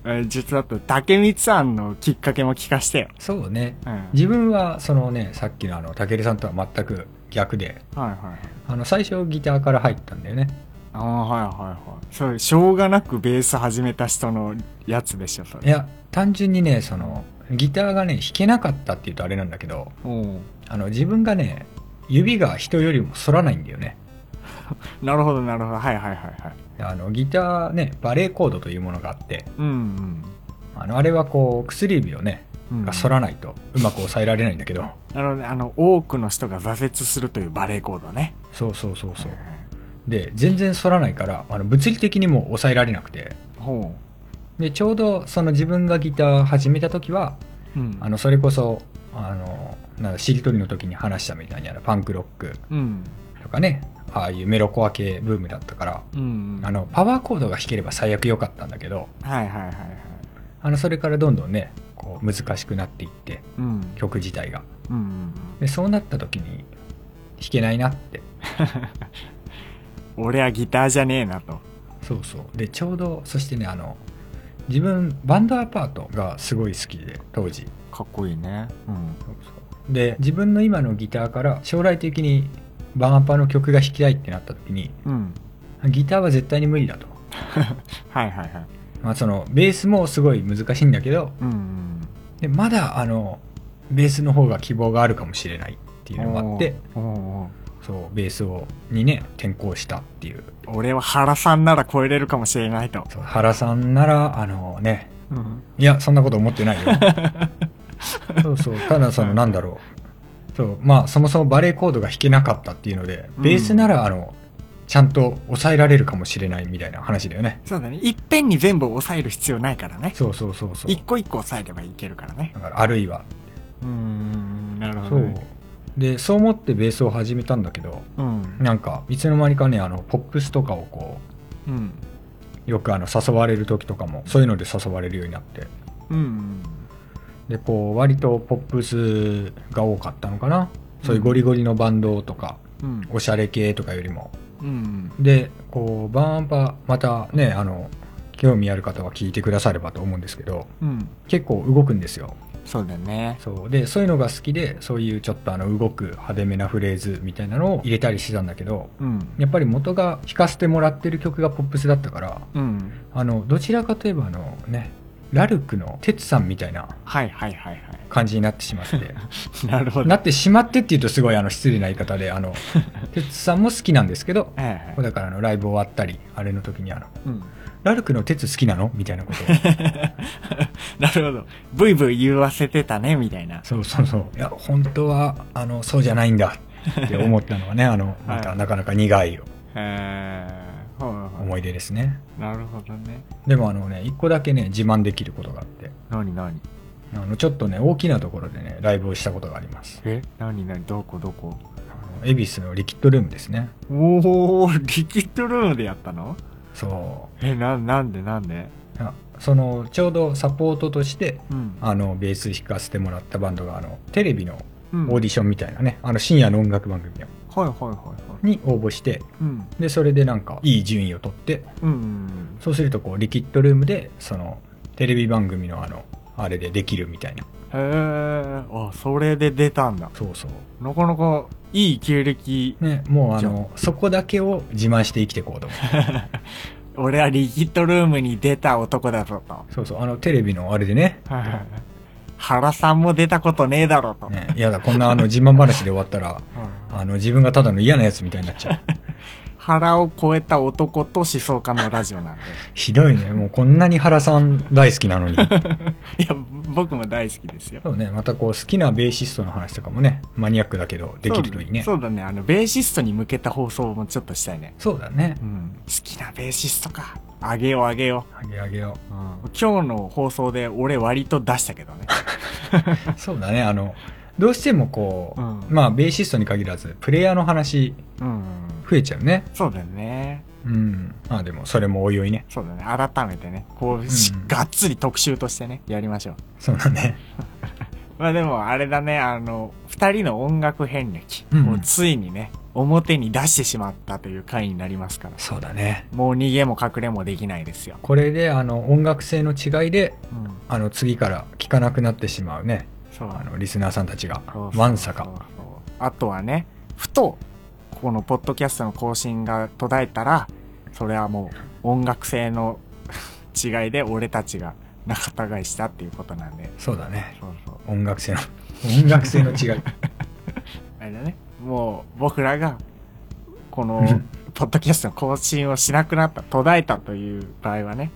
S2: え実はあと、竹光さんのきっかけも聞かせてよ。
S1: そうね
S2: うん。はい
S1: 自分はそのねさっきのあの武井さんとは全く逆で
S2: はいはい。
S1: あの最初ギターから入ったんだよね
S2: ああはいはいはいそうしょうがなくベース始めた人のやつでしょそ
S1: い
S2: れ
S1: や単純にねそのギターがね弾けなかったっていうとあれなんだけど
S2: おう
S1: あの自分がね指が人よりも反らないんだよね
S2: なるほどなるほどはいはいはいはい
S1: あのギターねバレーコードというものがあって
S2: うん
S1: あのあれはこう薬指をね
S2: うん
S1: が反らないとうまく抑えられないんだけど、
S2: なので、あの、多くの人が挫折するというバレエコードね。
S1: そうそうそうそううんで全然反らないからあの物理的にも抑えられなくて
S2: ほ
S1: でちょうどその自分がギターを始めた時は
S2: う。うん。
S1: あのそれこそあのなんだしりとりの時に話したみたいにあのパンクロック
S2: うん。
S1: とかねああいうメロコア系ブームだったから
S2: うん。
S1: あのパワーコードが弾ければ最悪良かったんだけど
S2: はいはいはいはい。
S1: あのそれからどんどんねこう難しくなっていって
S2: うん。
S1: 曲自体が
S2: うんうん
S1: でそうなった時に弾けないなって
S2: うん。俺はギターじゃねえなと。
S1: そうそうでちょうどそしてねあの自分バンドアパートがすごい好きで当時
S2: かっこいいね。うん。
S1: で自分の今のギターから将来的にバンアパの曲が弾きたいってなった時に
S2: うん。
S1: ギターは絶対に無理だと、
S2: はいはいはい。
S1: まあ、そのベースもすごい難しいんだけど
S2: うんうん。
S1: でまだあのベースの方が希望があるかもしれないっていうのがあって
S2: おーおー
S1: そうベースをにね転校したっていう
S2: おー俺は原さんなら超えれるかもしれないと。
S1: そう原さんならあのね
S2: うん。
S1: いやそんなこと思ってないよそうそうただそのなんだろうそうまあそもそもバレエコードが弾けなかったっていうのでベースならあの、ちゃんと抑えられるかもしれないみたいな話だよね
S2: そうだね。いっぺんに全部抑える必要ないからね。
S1: そうそうそうそう
S2: 一個一個抑えればいけるからね。
S1: だからあるいは
S2: うんうんうん。なるほ
S1: そ
S2: ど
S1: う
S2: ね。
S1: でそう思ってベースを始めたんだけど
S2: うん。
S1: なんかいつの間にかねあのポップスとかをこ
S2: うん。
S1: うよくあの誘われる時とかもそういうので誘われるようになって
S2: うんうん。
S1: でこう割とポップスが多かったのかなそういうゴリゴリのバンドとか、
S2: うん。
S1: おしゃれ系とかよりも
S2: うん。
S1: でこうバーンパーまたねあの興味ある方は聞いてくださればと思うんですけど
S2: うん。
S1: 結構動くんですよ
S2: そうだね。
S1: そうでそういうのが好きでそういうちょっとあの動く派手めなフレーズみたいなのを入れたりしてたんだけど
S2: うん。
S1: やっぱり元が弾かせてもらってる曲がポップスだったから
S2: うん。
S1: あのどちらかといえばあのねラルクの哲さんみたいな
S2: はいはいはいは
S1: 感じになってしまって
S2: い。なるほど。
S1: なってしまってっていうとすごいあの失礼な言い方であの哲さんも好きなんですけど
S2: はいはい。
S1: だからあのライブ終わったりあれの時にあの
S2: うん。
S1: 「ラルクの哲好きなの?」みたいなことを
S2: なるほど。ブイブイ言わせてたね、みたいな。
S1: そうそうそういや本当はあのそうじゃないんだって思ったのはねあのまたなかなか苦い
S2: えー、ほうほうほ
S1: 思い出ですね
S2: うなるほどね。
S1: でもあのね一個だけね自慢できることがあって
S2: なになに
S1: あのちょっとね大きなところでねライブをしたことがあります
S2: えなになにどこどこ
S1: あの恵比寿のリキッドルームですね
S2: おー、リキッドルームでやったの
S1: そ
S2: え、な、なんでなんで
S1: うあそのちょうどサポートとして
S2: うん。
S1: あのベース弾かせてもらったバンドがあのテレビの
S2: うん、
S1: オーディションみたいなね、あの深夜の音楽番組
S2: はいはいはいはい。
S1: に応募して
S2: うん。
S1: でそれでなんかいい順位を取って
S2: うんうん
S1: そうするとこうリキッドルームでそのテレビ番組のあのあれでできるみたいな
S2: うん。へー、あ、それで出たんだ。
S1: そうそ
S2: なかなかいい経歴。
S1: うねもうあ
S2: じ
S1: のそこだけを自慢して生きていこうと思う
S2: 俺はリキッドルームに出た男だぞと。
S1: そうそうあのテレビのあれでね
S2: はいはいはい原さんも出たことねえだろと。
S1: ねやだこんなあの自慢話で終わった ら
S2: うん
S1: あの自分がただの嫌なやつみたいになっちゃう
S2: 腹を超えた男と思想家のラジ オなんで。
S1: ひどいねもうこんなに原さん大好きな のに
S2: いや、僕も大好きですよ。
S1: そうねまたこう好きなベーシストの話とかもねマニアックだけどできるといいね
S2: そうだね。あの、ベーシストに向けた放送もちょっとしたいね。
S1: そうだね
S2: うん。好きなベーシストか。あげようあげよ
S1: あげあげよ
S2: う。今日の放送で俺割と出したけどね。
S1: うそうだねあのどうしてもこう、
S2: うん
S1: まあベーシストに限らずプレイヤーの話
S2: うん。
S1: 増えちゃうね
S2: そうだね。
S1: うんまあでもそれもおいおいね
S2: そうだね。改めてね。こう、し
S1: うん
S2: がっつり特集としてね、やりましょう。
S1: そうだね
S2: まあでもあれだね、あの、二人の音楽遍歴
S1: うん
S2: をついにね、表に出してしまったという回になりますから。
S1: そうだね
S2: もう逃げも隠れもできないですよ。
S1: これであの音楽性の違いで
S2: うん。
S1: あの次から聞かなくなってしまうね
S2: そう。
S1: あのリスナーさんたちが
S2: そうそう
S1: わんさ
S2: そう
S1: か
S2: そうあとはね、ふと、このポッドキャストの更新が途絶えたら、それはもう音楽性の違いで俺たちが仲違いしたっていうことなんで。
S1: そうだね
S2: そうそう。
S1: 音楽性の音楽性の 違い
S2: あれだね。もう僕らが、こ
S1: う
S2: の
S1: ん、
S2: ポッドキャストの更新をしなくなった、途絶えたという場合はね、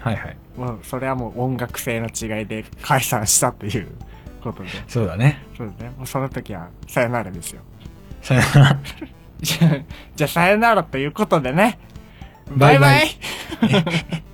S1: はいはい。
S2: もうそれはもう音楽性の違いで解散したっていうことで
S1: そうだね。
S2: そうですねもうその時はさよならですよ
S1: さよなら。
S2: じゃあじゃあさよならということでね
S1: バイバイ
S2: バイバイ